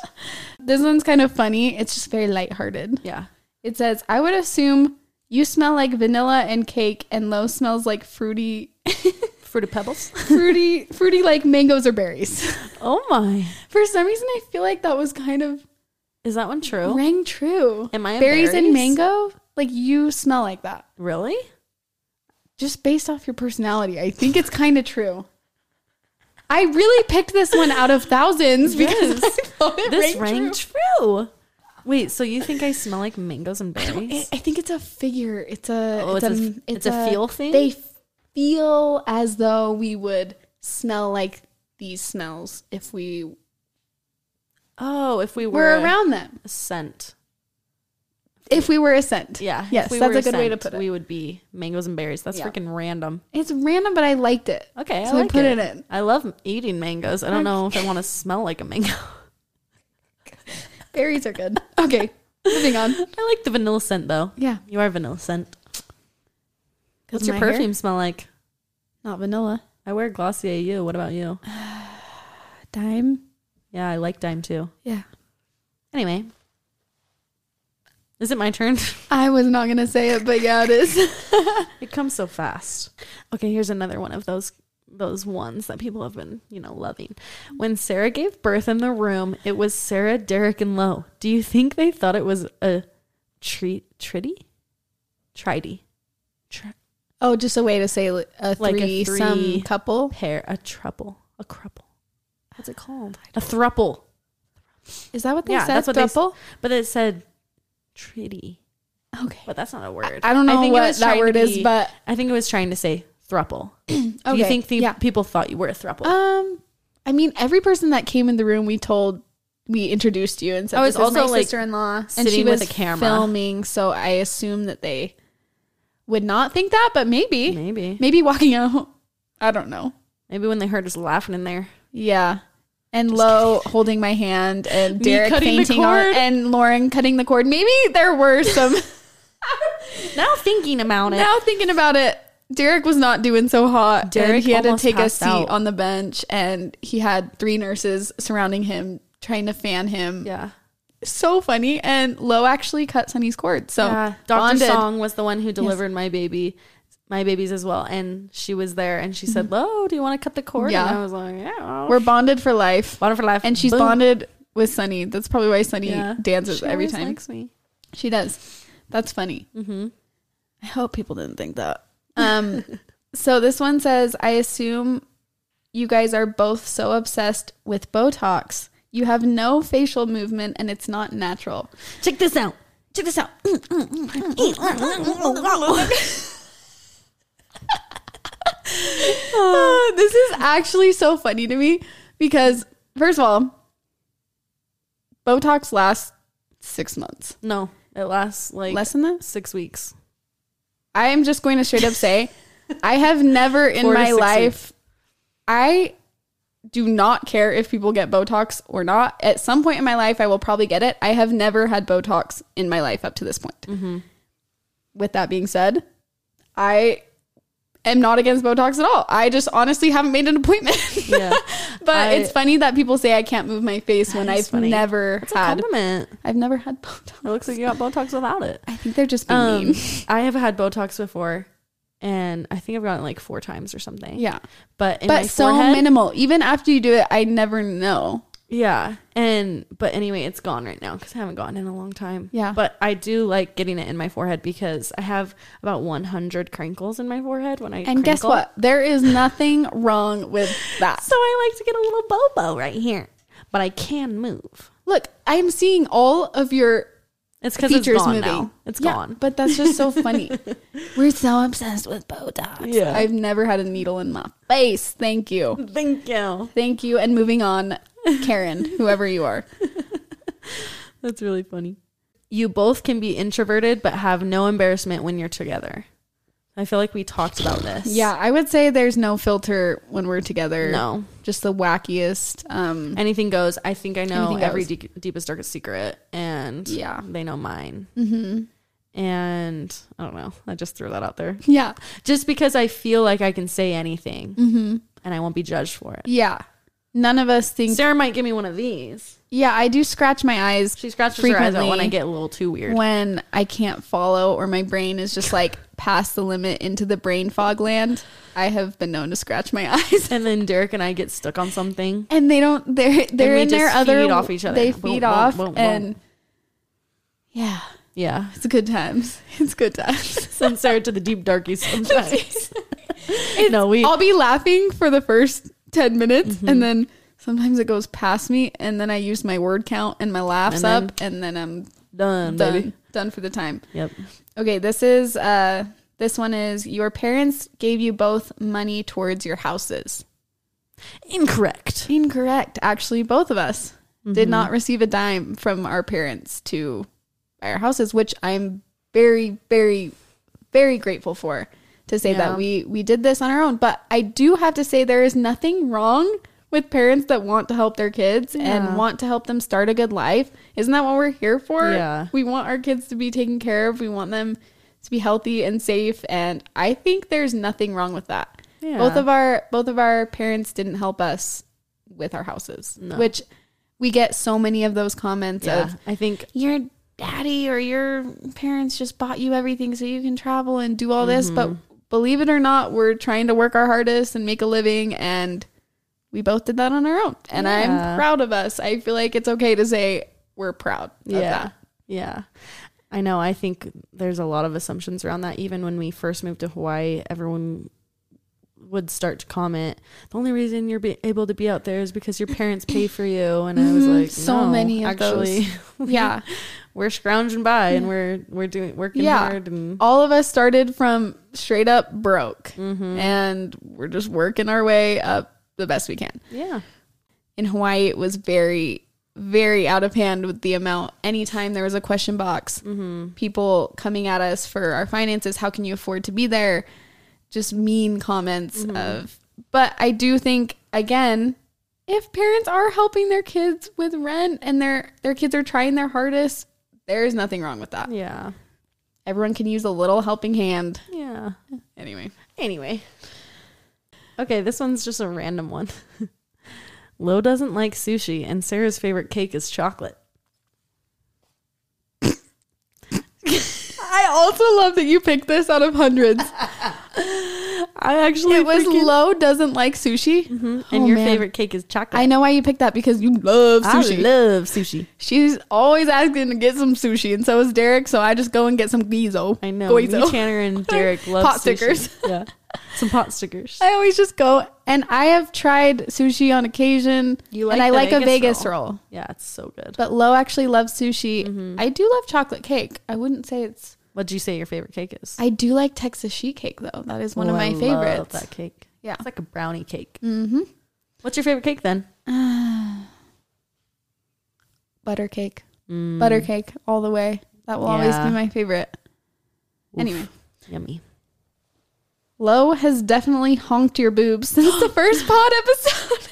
Speaker 2: this one's kind of funny. It's just very lighthearted.
Speaker 1: Yeah.
Speaker 2: It says, "I would assume you smell like vanilla and cake, and Lo smells like fruity,
Speaker 1: Fruity pebbles.
Speaker 2: fruity, fruity like mangoes or berries."
Speaker 1: Oh my.
Speaker 2: For some reason, I feel like that was kind of
Speaker 1: Is that one true?
Speaker 2: rang true.
Speaker 1: Am I a
Speaker 2: berries, and
Speaker 1: berries?
Speaker 2: mango? Like you smell like that.
Speaker 1: Really?
Speaker 2: Just based off your personality, I think it's kind of true. I really picked this one out of thousands because I thought it
Speaker 1: This
Speaker 2: rang
Speaker 1: rang,
Speaker 2: true.
Speaker 1: true. Wait, so you think I smell like mangoes and berries?
Speaker 2: I I think it's a figure. It's a.
Speaker 1: Oh, it's a- it's a feel thing?
Speaker 2: They feel as though we would smell like these smells if we were,
Speaker 1: Oh, if we were,
Speaker 2: around them.
Speaker 1: a scent.
Speaker 2: If we were a scent.
Speaker 1: Yeah. if
Speaker 2: Yes,
Speaker 1: we
Speaker 2: that's
Speaker 1: were
Speaker 2: a good way to
Speaker 1: scent,
Speaker 2: put it.
Speaker 1: We would be mangoes and berries. That's
Speaker 2: Yeah.
Speaker 1: freaking random.
Speaker 2: it's random, but I liked it.
Speaker 1: Okay,
Speaker 2: so
Speaker 1: I
Speaker 2: I
Speaker 1: like
Speaker 2: put
Speaker 1: it.
Speaker 2: it in.
Speaker 1: I love eating mangoes. I don't know if I want to smell like a mango.
Speaker 2: Berries are good. Okay, moving on.
Speaker 1: I like the vanilla scent though.
Speaker 2: Yeah.
Speaker 1: You are vanilla scent. What's your
Speaker 2: my hair-
Speaker 1: perfume smell like?
Speaker 2: Not vanilla.
Speaker 1: I wear Glossier You. What about you?
Speaker 2: Dime.
Speaker 1: Yeah, I like Dime too.
Speaker 2: Yeah.
Speaker 1: Anyway, is it my turn?
Speaker 2: I was not going to say it, but yeah, it is.
Speaker 1: it comes so fast. Okay, here's another one of those those ones that people have been, you know, loving. When Sarah gave birth in the room, it was Sarah, Derek, and Lo. Do you think they thought it was a treat tritty? Trity. Tri-
Speaker 2: oh, just a way to say li- a
Speaker 1: Like a
Speaker 2: threesome
Speaker 1: three-
Speaker 2: couple.
Speaker 1: pair, a trouble, a crupple. What's it called? A thruple.
Speaker 2: Is that what they
Speaker 1: Yeah,
Speaker 2: said?
Speaker 1: that's what they s-
Speaker 2: Thruple?
Speaker 1: But it said tritty.
Speaker 2: Okay.
Speaker 1: but that's not a word.
Speaker 2: I don't know
Speaker 1: think it
Speaker 2: what
Speaker 1: was
Speaker 2: that
Speaker 1: trying to
Speaker 2: word is,
Speaker 1: be-
Speaker 2: but-
Speaker 1: I think it was trying to say thruple. Do you
Speaker 2: Okay,
Speaker 1: think the
Speaker 2: yeah.
Speaker 1: people thought you were a thruple?
Speaker 2: Um, I mean, every person that came in the room, we told, we introduced you and said,
Speaker 1: I was
Speaker 2: "This is my
Speaker 1: Oh, also, like,
Speaker 2: sister-in-law," and she
Speaker 1: sitting
Speaker 2: was
Speaker 1: with a camera.
Speaker 2: filming. So I assume that they would not think that, but maybe,
Speaker 1: maybe.
Speaker 2: maybe walking out. I don't know.
Speaker 1: Maybe when they heard us laughing in there.
Speaker 2: Yeah. And Lo holding my hand and Derek
Speaker 1: cutting the
Speaker 2: fainting on,
Speaker 1: cord.
Speaker 2: and Lauren cutting the cord. Maybe there were some.
Speaker 1: Now thinking about it.
Speaker 2: now thinking about it, Derek was not doing so hot.
Speaker 1: Derek
Speaker 2: Derek he had to
Speaker 1: almost
Speaker 2: take a
Speaker 1: passed
Speaker 2: seat
Speaker 1: out.
Speaker 2: on the bench, and he had three nurses surrounding him trying to fan him.
Speaker 1: Yeah.
Speaker 2: So funny. And Lo actually cut Sunny's cord. So
Speaker 1: Yeah. Dr.
Speaker 2: bonded.
Speaker 1: Song was the one who delivered my baby, my babies as well. And she was there and she said, Lo, do you want to cut the cord?
Speaker 2: Mm-hmm. Yeah.
Speaker 1: And I was like, Yeah.
Speaker 2: We're bonded for life,
Speaker 1: bonded for life.
Speaker 2: and she's
Speaker 1: Boom.
Speaker 2: bonded with Sunny. That's probably why Sunny
Speaker 1: Yeah.
Speaker 2: dances
Speaker 1: She
Speaker 2: every
Speaker 1: always
Speaker 2: time.
Speaker 1: likes me.
Speaker 2: She does. That's funny. Mm-hmm. I hope people didn't think that. Um, so this one says, I assume you guys are both so obsessed with Botox. You have no facial movement and it's not natural.
Speaker 1: Check this out. Check this out. Mm,
Speaker 2: Uh, this is actually so funny to me because, first of all, Botox lasts six months.
Speaker 1: No, it lasts like
Speaker 2: Less than that?
Speaker 1: six weeks.
Speaker 2: I am just going to straight up say, I have never in
Speaker 1: Four to
Speaker 2: my
Speaker 1: six
Speaker 2: life,
Speaker 1: weeks.
Speaker 2: I do not care if people get Botox or not. At some point in my life, I will probably get it. I have never had Botox in my life up to this point.
Speaker 1: Mm-hmm.
Speaker 2: With that being said, I am not against Botox at all. I just honestly haven't made an appointment.
Speaker 1: Yeah.
Speaker 2: but
Speaker 1: I-
Speaker 2: it's funny that people say I can't move my face when
Speaker 1: is
Speaker 2: I've
Speaker 1: funny.
Speaker 2: never
Speaker 1: It's a
Speaker 2: had.
Speaker 1: compliment.
Speaker 2: I've never had Botox.
Speaker 1: It looks like you got Botox without it.
Speaker 2: I think they're just being
Speaker 1: Um,
Speaker 2: mean.
Speaker 1: I have had Botox before, and I think I've gotten it like four times or something.
Speaker 2: Yeah.
Speaker 1: but in my
Speaker 2: But so
Speaker 1: forehead-
Speaker 2: minimal. Even after you do it, I never know.
Speaker 1: Yeah, and but anyway, it's gone right now because I haven't gotten it in a long time.
Speaker 2: Yeah.
Speaker 1: but I do like getting it in my forehead because I have about 100 crinkles in my forehead when I
Speaker 2: And guess
Speaker 1: crinkle.
Speaker 2: what? There is nothing wrong with that.
Speaker 1: So I like to get a little bobo right here, but I can move.
Speaker 2: Look, I'm seeing all of your
Speaker 1: It's because it's
Speaker 2: features
Speaker 1: gone
Speaker 2: moving.
Speaker 1: now. It's
Speaker 2: Yeah,
Speaker 1: gone.
Speaker 2: But that's just so funny. We're so obsessed with Botox.
Speaker 1: Yeah.
Speaker 2: I've never had a needle in my face. Thank you.
Speaker 1: Thank you.
Speaker 2: Thank you. And moving on, Karen, whoever you are.
Speaker 1: That's really funny. You both can be introverted but have no embarrassment when you're together. I feel like we talked about this.
Speaker 2: Yeah, I would say there's no filter when we're together.
Speaker 1: No.
Speaker 2: Just the wackiest. Um,
Speaker 1: Anything goes. I think I know
Speaker 2: Anything
Speaker 1: every
Speaker 2: goes.
Speaker 1: de- deepest darkest secret, and
Speaker 2: Yeah.
Speaker 1: they know mine. Mm-hmm. And I don't know. I just threw that out there,
Speaker 2: yeah.
Speaker 1: just because I feel like I can say anything,
Speaker 2: Mm-hmm.
Speaker 1: and I won't be judged for it.
Speaker 2: Yeah. None of us think.
Speaker 1: Sarah might give me one of these.
Speaker 2: Yeah, I do scratch my eyes.
Speaker 1: She scratches her eyes out when I
Speaker 2: frequently.
Speaker 1: get a little too weird.
Speaker 2: when I can't follow or my brain is just like past the limit into the brain fog land, I have been known to scratch my eyes.
Speaker 1: and then Derek and I get stuck on something.
Speaker 2: And they don't they're they're
Speaker 1: we
Speaker 2: in their
Speaker 1: just
Speaker 2: other
Speaker 1: feed off each other.
Speaker 2: They
Speaker 1: Boom,
Speaker 2: feed
Speaker 1: boom,
Speaker 2: off
Speaker 1: boom, boom.
Speaker 2: and yeah,
Speaker 1: Yeah,
Speaker 2: it's good times. It's good times.
Speaker 1: send Sarah to the deep darkies sometimes. no, we
Speaker 2: I'll be laughing for the first 10 minutes
Speaker 1: Mm-hmm.
Speaker 2: and then sometimes it goes past me and then I use my word count and my laughs
Speaker 1: And then-
Speaker 2: up and then I'm
Speaker 1: done,
Speaker 2: done
Speaker 1: baby.
Speaker 2: done for the time.
Speaker 1: Yep.
Speaker 2: Okay, this is uh this one is your parents gave you both money towards your houses.
Speaker 1: Incorrect.
Speaker 2: Incorrect. Actually, both of us
Speaker 1: Mm-hmm.
Speaker 2: did not receive a dime from our parents to buy our houses, which I'm very very very grateful for to say
Speaker 1: Yeah.
Speaker 2: that we we did this on our own, but I do have to say there is nothing wrong with parents that want to help their kids
Speaker 1: Yeah.
Speaker 2: and want to help them start a good life. Isn't that what we're here for? for.
Speaker 1: Yeah.
Speaker 2: We want our kids to be taken care of. We want them to be healthy and safe. And I think there's nothing wrong with that.
Speaker 1: Yeah.
Speaker 2: Both of our both of our parents didn't help us with our houses, which we get so many of those comments
Speaker 1: Yeah,
Speaker 2: of
Speaker 1: I think
Speaker 2: your daddy or your parents just bought you everything so you can travel and do all this. But
Speaker 1: Mm-hmm.
Speaker 2: believe it or not, we're trying to work our hardest and make a living and we both did that on our own. And
Speaker 1: Yeah.
Speaker 2: I'm proud of us. I feel like it's okay to say we're proud of that.
Speaker 1: Yeah. I know. I think there's a lot of assumptions around that. Even when we first moved to Hawaii, everyone would start to comment, the only reason you're be able to be out there is because your parents pay for you. And I was like,
Speaker 2: Mm-hmm. so
Speaker 1: "No,
Speaker 2: many of
Speaker 1: actually,
Speaker 2: yeah.
Speaker 1: we're scrounging by and we're we're doing working
Speaker 2: Yeah.
Speaker 1: hard and
Speaker 2: All of us started from straight up broke
Speaker 1: Mm-hmm.
Speaker 2: and we're just working our way up the best we can.
Speaker 1: yeah.
Speaker 2: in Hawaii, it was very, very out of hand with the amount. Anytime there was a question box, people coming at us for our finances, how can you afford to be there? Just mean comments of. But I do think again, if parents are helping their kids with rent and their their kids are trying their hardest, there is nothing wrong with that.
Speaker 1: Yeah.
Speaker 2: Everyone can use a little helping hand.
Speaker 1: Yeah.
Speaker 2: Anyway,
Speaker 1: Anyway. Okay, this one's just a random one. Lo doesn't like sushi, and Sarah's favorite cake is chocolate.
Speaker 2: I also love that you picked this out of hundreds.
Speaker 1: I actually
Speaker 2: it was low doesn't like sushi.
Speaker 1: and
Speaker 2: Oh,
Speaker 1: your
Speaker 2: man.
Speaker 1: favorite cake is chocolate.
Speaker 2: I know why you picked that because you love sushi.
Speaker 1: love sushi.
Speaker 2: She's always asking to get some sushi, and so is Derek. So I just go and get some guizo.
Speaker 1: I know. Me,
Speaker 2: Guizo.
Speaker 1: Tanner, and Derek love
Speaker 2: Pot
Speaker 1: sushi.
Speaker 2: stickers.
Speaker 1: Yeah, some pot stickers.
Speaker 2: I always just go, and I have tried sushi on occasion.
Speaker 1: You
Speaker 2: and
Speaker 1: like
Speaker 2: I
Speaker 1: the
Speaker 2: like a
Speaker 1: Vegas
Speaker 2: Vegas roll.
Speaker 1: Yeah, it's so good.
Speaker 2: But Lo actually loves sushi.
Speaker 1: Mm-hmm.
Speaker 2: I do love chocolate cake. I wouldn't say it's.
Speaker 1: What'd you say your favorite cake is?
Speaker 2: I do like Texas sheet cake though. That is one
Speaker 1: Oh,
Speaker 2: of my
Speaker 1: I Love
Speaker 2: favorites.
Speaker 1: that cake.
Speaker 2: Yeah.
Speaker 1: it's like a brownie cake. Mm-hmm. What's your favorite cake then?
Speaker 2: Butter cake, butter cake all the way. That will always
Speaker 1: Mm. Yeah.
Speaker 2: be my favorite. Anyway.
Speaker 1: Yummy.
Speaker 2: Lo has definitely honked your boobs since the first pod episode.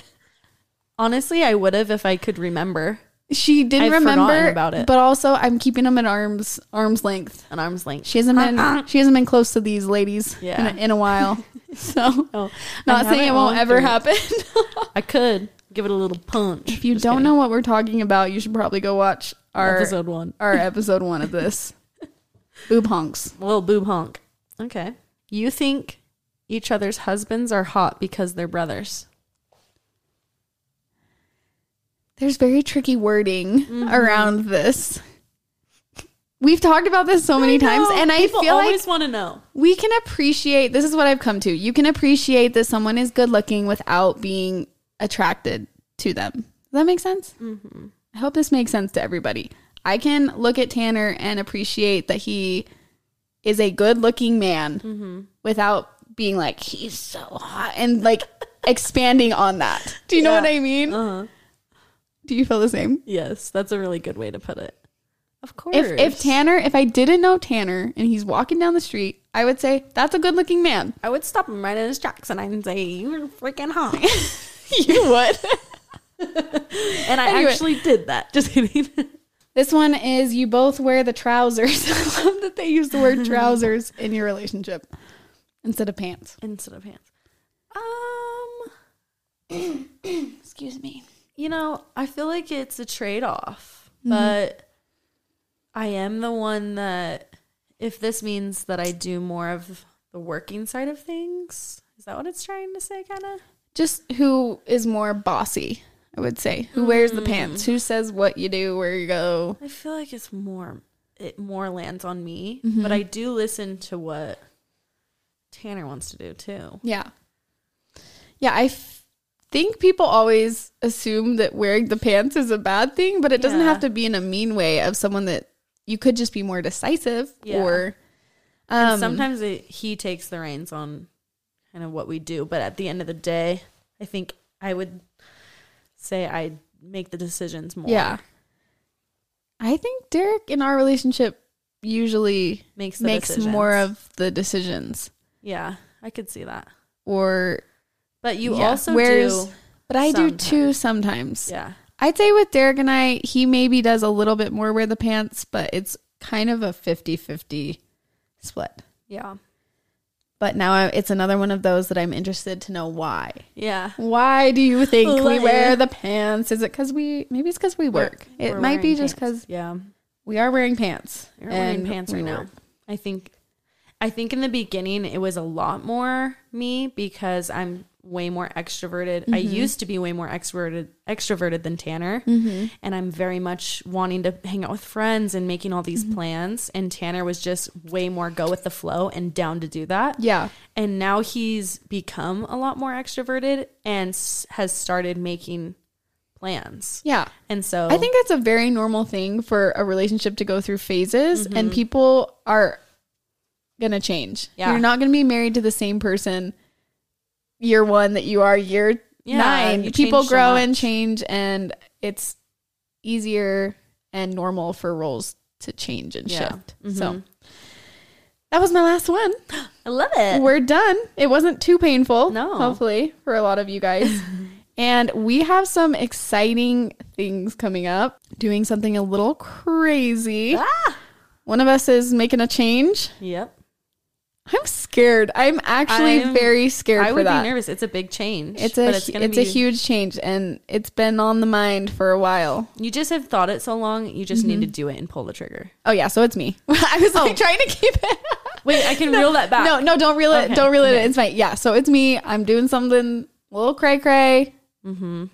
Speaker 1: Honestly, I would have if I could remember
Speaker 2: She didn't
Speaker 1: I've forgotten
Speaker 2: remember
Speaker 1: about it.
Speaker 2: but also I'm keeping them at arms arms length.
Speaker 1: an arm's length.
Speaker 2: She hasn't been she hasn't been close to these ladies
Speaker 1: Yeah.
Speaker 2: in, a, in a while, so
Speaker 1: Oh, I
Speaker 2: not
Speaker 1: haven't
Speaker 2: saying it won't
Speaker 1: gone
Speaker 2: ever
Speaker 1: through it.
Speaker 2: happen.
Speaker 1: I could give it a little punch.
Speaker 2: if you don't know what we're talking about, you should probably go watch our
Speaker 1: episode one,
Speaker 2: our episode one of this boob honks.
Speaker 1: little boob honk. Okay. You think each other's husbands are hot because they're brothers?
Speaker 2: There's very tricky wording around this. We've talked about this so many times, and I
Speaker 1: People
Speaker 2: feel like
Speaker 1: always want to know.
Speaker 2: we can appreciate this is what i've come to you can appreciate that someone is good looking without being attracted to them does that make sense i hope this makes sense to everybody i can look at tanner and appreciate that he is a good looking man without being like he's so hot and like expanding on that do you know what i mean do you feel the same
Speaker 1: Yes, that's a really good way to put it. Of course.
Speaker 2: if, if tanner if i didn't know tanner and he's walking down the street i would say that's a good looking man
Speaker 1: I would stop him right in his tracks and I'd say, You're freaking hot.
Speaker 2: you would
Speaker 1: and I
Speaker 2: Anyway.
Speaker 1: actually did that. Just kidding.
Speaker 2: This one is you both wear the trousers. I love that they use the word trousers in your relationship instead of pants.
Speaker 1: Instead of hands. Um,
Speaker 2: Um, Excuse me.
Speaker 1: you know, I feel like it's a trade off,
Speaker 2: Mm-hmm.
Speaker 1: but I am the one that, if this means that I do more of the working side of things, is that what it's trying to say, kind of?
Speaker 2: Just who is more bossy, I would say. Who wears the
Speaker 1: Hmm.
Speaker 2: pants? Who says what you do, where you go?
Speaker 1: I feel like it's more it more lands on me,
Speaker 2: Mm-hmm.
Speaker 1: but I do listen to what Tanner wants to do too.
Speaker 2: Yeah. Yeah, I f- think people always assume that wearing the pants is a bad thing, but it doesn't
Speaker 1: Yeah.
Speaker 2: have to be in a mean way of someone that you could just be more decisive
Speaker 1: Yeah.
Speaker 2: or um,
Speaker 1: Sometimes it, he takes the reins on kind of what we do, but at the end of the day, I think I would say I make the decisions more.
Speaker 2: Yeah. I think Derek in our relationship usually
Speaker 1: makes the
Speaker 2: makes
Speaker 1: decisions.
Speaker 2: more of the decisions
Speaker 1: yeah. I could see that,
Speaker 2: or
Speaker 1: but you
Speaker 2: yeah,
Speaker 1: also
Speaker 2: whereas-
Speaker 1: do
Speaker 2: but I do too
Speaker 1: sometimes.
Speaker 2: sometimes.
Speaker 1: yeah
Speaker 2: I'd say with Derek and I, he maybe does a little bit more wear the pants, but it's kind of a 50-50 split.
Speaker 1: yeah
Speaker 2: But now I, it's another one of those that I'm interested to know why.
Speaker 1: yeah
Speaker 2: Why do you think we
Speaker 1: Why?
Speaker 2: wear the pants? Is it because we, maybe it's because we work. it
Speaker 1: We're
Speaker 2: might be
Speaker 1: wearing
Speaker 2: just
Speaker 1: pants.
Speaker 2: because
Speaker 1: yeah
Speaker 2: we are wearing pants.
Speaker 1: You're wearing
Speaker 2: and
Speaker 1: pants
Speaker 2: we
Speaker 1: right
Speaker 2: work.
Speaker 1: now. I think I think in the beginning it was a lot more me because I'm way more extroverted. I
Speaker 2: Mm-hmm.
Speaker 1: used to be way more extroverted extroverted than Tanner,
Speaker 2: Mm-hmm.
Speaker 1: and I'm very much wanting to hang out with friends and making all these
Speaker 2: Mm-hmm.
Speaker 1: plans. And Tanner was just way more go with the flow and down to do that.
Speaker 2: Yeah.
Speaker 1: And now he's become a lot more extroverted and s- has started making plans.
Speaker 2: Yeah.
Speaker 1: And so
Speaker 2: I think that's a very normal thing for a relationship to go through phases, and people are gonna change.
Speaker 1: Mm-hmm. Yeah.
Speaker 2: You're not gonna be married to the same person year one that you are year
Speaker 1: Yeah, you
Speaker 2: nine.
Speaker 1: change
Speaker 2: People
Speaker 1: so
Speaker 2: grow and
Speaker 1: much.
Speaker 2: change, and it's easier and normal for roles to change and
Speaker 1: Yeah. Mm-hmm.
Speaker 2: shift. So that was my last one.
Speaker 1: I love it.
Speaker 2: We're done. It wasn't too painful.
Speaker 1: Uh, No.
Speaker 2: Hopefully for a lot of you guys. and we have some exciting things coming up. Doing something a little crazy.
Speaker 1: Ah!
Speaker 2: One of us is making a change.
Speaker 1: Yep.
Speaker 2: I'm scared. I'm actually
Speaker 1: I'm-
Speaker 2: very scared
Speaker 1: I
Speaker 2: for
Speaker 1: would
Speaker 2: that.
Speaker 1: be nervous. It's a big change.
Speaker 2: It's a
Speaker 1: but
Speaker 2: it's,
Speaker 1: gonna
Speaker 2: it's a huge change and it's been on the mind for a while.
Speaker 1: You just have thought it so long. You just need
Speaker 2: Mm-hmm.
Speaker 1: to do it and pull the trigger.
Speaker 2: Oh yeah, so it's me. I was
Speaker 1: Oh.
Speaker 2: like trying to keep it.
Speaker 1: Wait, I can reel that back.
Speaker 2: No, no, don't reel it.
Speaker 1: Okay,
Speaker 2: Don't reel it. in. It's fine. Yeah, so it's me. I'm doing something a little cray cray. Mm-hmm.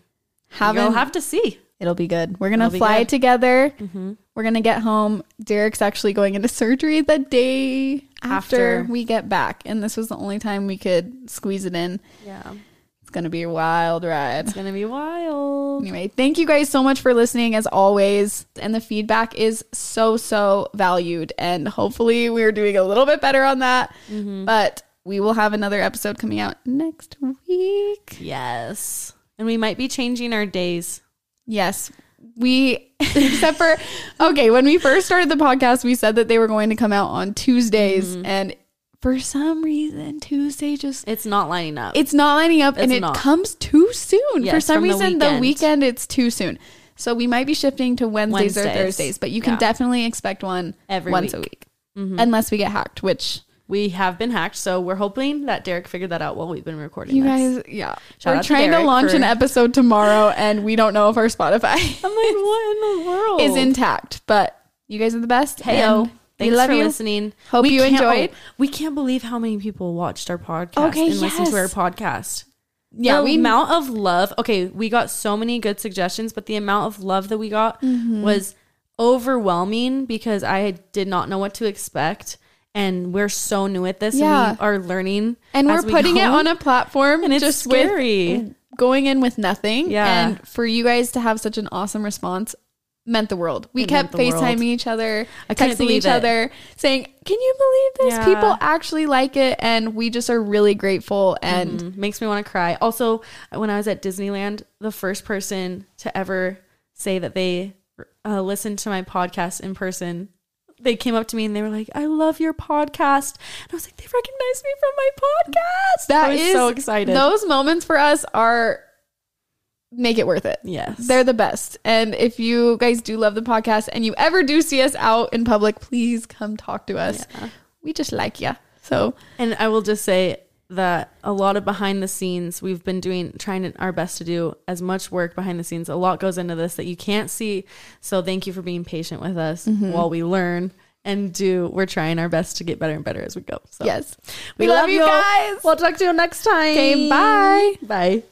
Speaker 2: Having
Speaker 1: you'll have to see.
Speaker 2: It'll be good. We're gonna
Speaker 1: be
Speaker 2: fly
Speaker 1: good. Mm-hmm.
Speaker 2: together. We're gonna get home. Derek's actually going into surgery the day after,
Speaker 1: After.
Speaker 2: we get back, and this was the only time we could squeeze it in.
Speaker 1: Yeah,
Speaker 2: It's gonna be a wild ride.
Speaker 1: it's gonna be wild.
Speaker 2: Anyway, thank you guys so much for listening as always. And the feedback is so, so valued. And hopefully, we're doing a little bit better on that. But we will have another episode coming out next week.
Speaker 1: Yes, and we might be changing our days.
Speaker 2: Yes. We, except for, okay, when we first started the podcast, we said that they were going to come out on Tuesdays. And for some reason, Tuesday just,
Speaker 1: It's not lining up.
Speaker 2: it's not lining up and
Speaker 1: It's
Speaker 2: it
Speaker 1: not.
Speaker 2: comes too soon. for
Speaker 1: Yes,
Speaker 2: some
Speaker 1: from the
Speaker 2: reason, the
Speaker 1: weekend.
Speaker 2: weekend, it's too soon. So we might be shifting to Wednesdays, or
Speaker 1: Wednesdays.
Speaker 2: Thursdays, but you can
Speaker 1: Yeah.
Speaker 2: definitely expect one
Speaker 1: Every
Speaker 2: once a week.
Speaker 1: week. Mm-hmm.
Speaker 2: Unless we get hacked, which
Speaker 1: we have been hacked, so we're hoping that Derek figured that out while we've been recording.
Speaker 2: you
Speaker 1: this.
Speaker 2: guys, yeah.
Speaker 1: Shout
Speaker 2: We're
Speaker 1: out to
Speaker 2: trying to,
Speaker 1: Derek
Speaker 2: launch
Speaker 1: for-
Speaker 2: an episode tomorrow and we don't know if our Spotify
Speaker 1: I'm like, what in the world?
Speaker 2: is intact. But you guys are the best.
Speaker 1: Heyo.
Speaker 2: and
Speaker 1: Thanks
Speaker 2: oh, we love
Speaker 1: for
Speaker 2: you.
Speaker 1: listening.
Speaker 2: Hope you
Speaker 1: can't-
Speaker 2: enjoyed.
Speaker 1: oh, we can't believe how many people watched our podcast
Speaker 2: Okay,
Speaker 1: and listened to our
Speaker 2: yes.
Speaker 1: podcast.
Speaker 2: Yeah,
Speaker 1: the
Speaker 2: we
Speaker 1: amount of love. Okay, we got so many good suggestions, but the amount of love that we got
Speaker 2: Mm-hmm.
Speaker 1: was overwhelming because I did not know what to expect, and we're so new at this.
Speaker 2: Yeah.
Speaker 1: and we are learning,
Speaker 2: and we're
Speaker 1: as we
Speaker 2: putting it
Speaker 1: go.
Speaker 2: on a platform
Speaker 1: and it's
Speaker 2: just
Speaker 1: scary.
Speaker 2: with going in with nothing.
Speaker 1: Yeah.
Speaker 2: and for you guys to have such an awesome response meant the world. We kept
Speaker 1: meant the world.
Speaker 2: FaceTiming each other,
Speaker 1: I couldn't
Speaker 2: texting
Speaker 1: believe
Speaker 2: each
Speaker 1: it.
Speaker 2: other, saying, "Can you believe this?
Speaker 1: Yeah.
Speaker 2: People actually like it," and we just are really grateful. And
Speaker 1: Mm, makes me want to cry. Also, when I was at Disneyland, the first person to ever say that they uh, listened to my podcast in person, they came up to me and they were like, "I love your podcast," and I was like, "They recognize me from my podcast."
Speaker 2: that
Speaker 1: I was
Speaker 2: is
Speaker 1: so excited.
Speaker 2: Those moments for us are make it worth it.
Speaker 1: yes,
Speaker 2: They're the best. And if you guys do love the podcast and you ever do see us out in public, please come talk to us. We just like you. So,
Speaker 1: And I will just say that a lot of behind the scenes, we've been doing, trying to- our best to do as much work behind the scenes. A lot goes into this that you can't see. So thank you for being patient with us while we learn and do. We're trying our best to get better and better as we go. So
Speaker 2: yes.
Speaker 1: we, love, you guys. We'll talk to you next time.
Speaker 2: Okay, bye.
Speaker 1: Bye.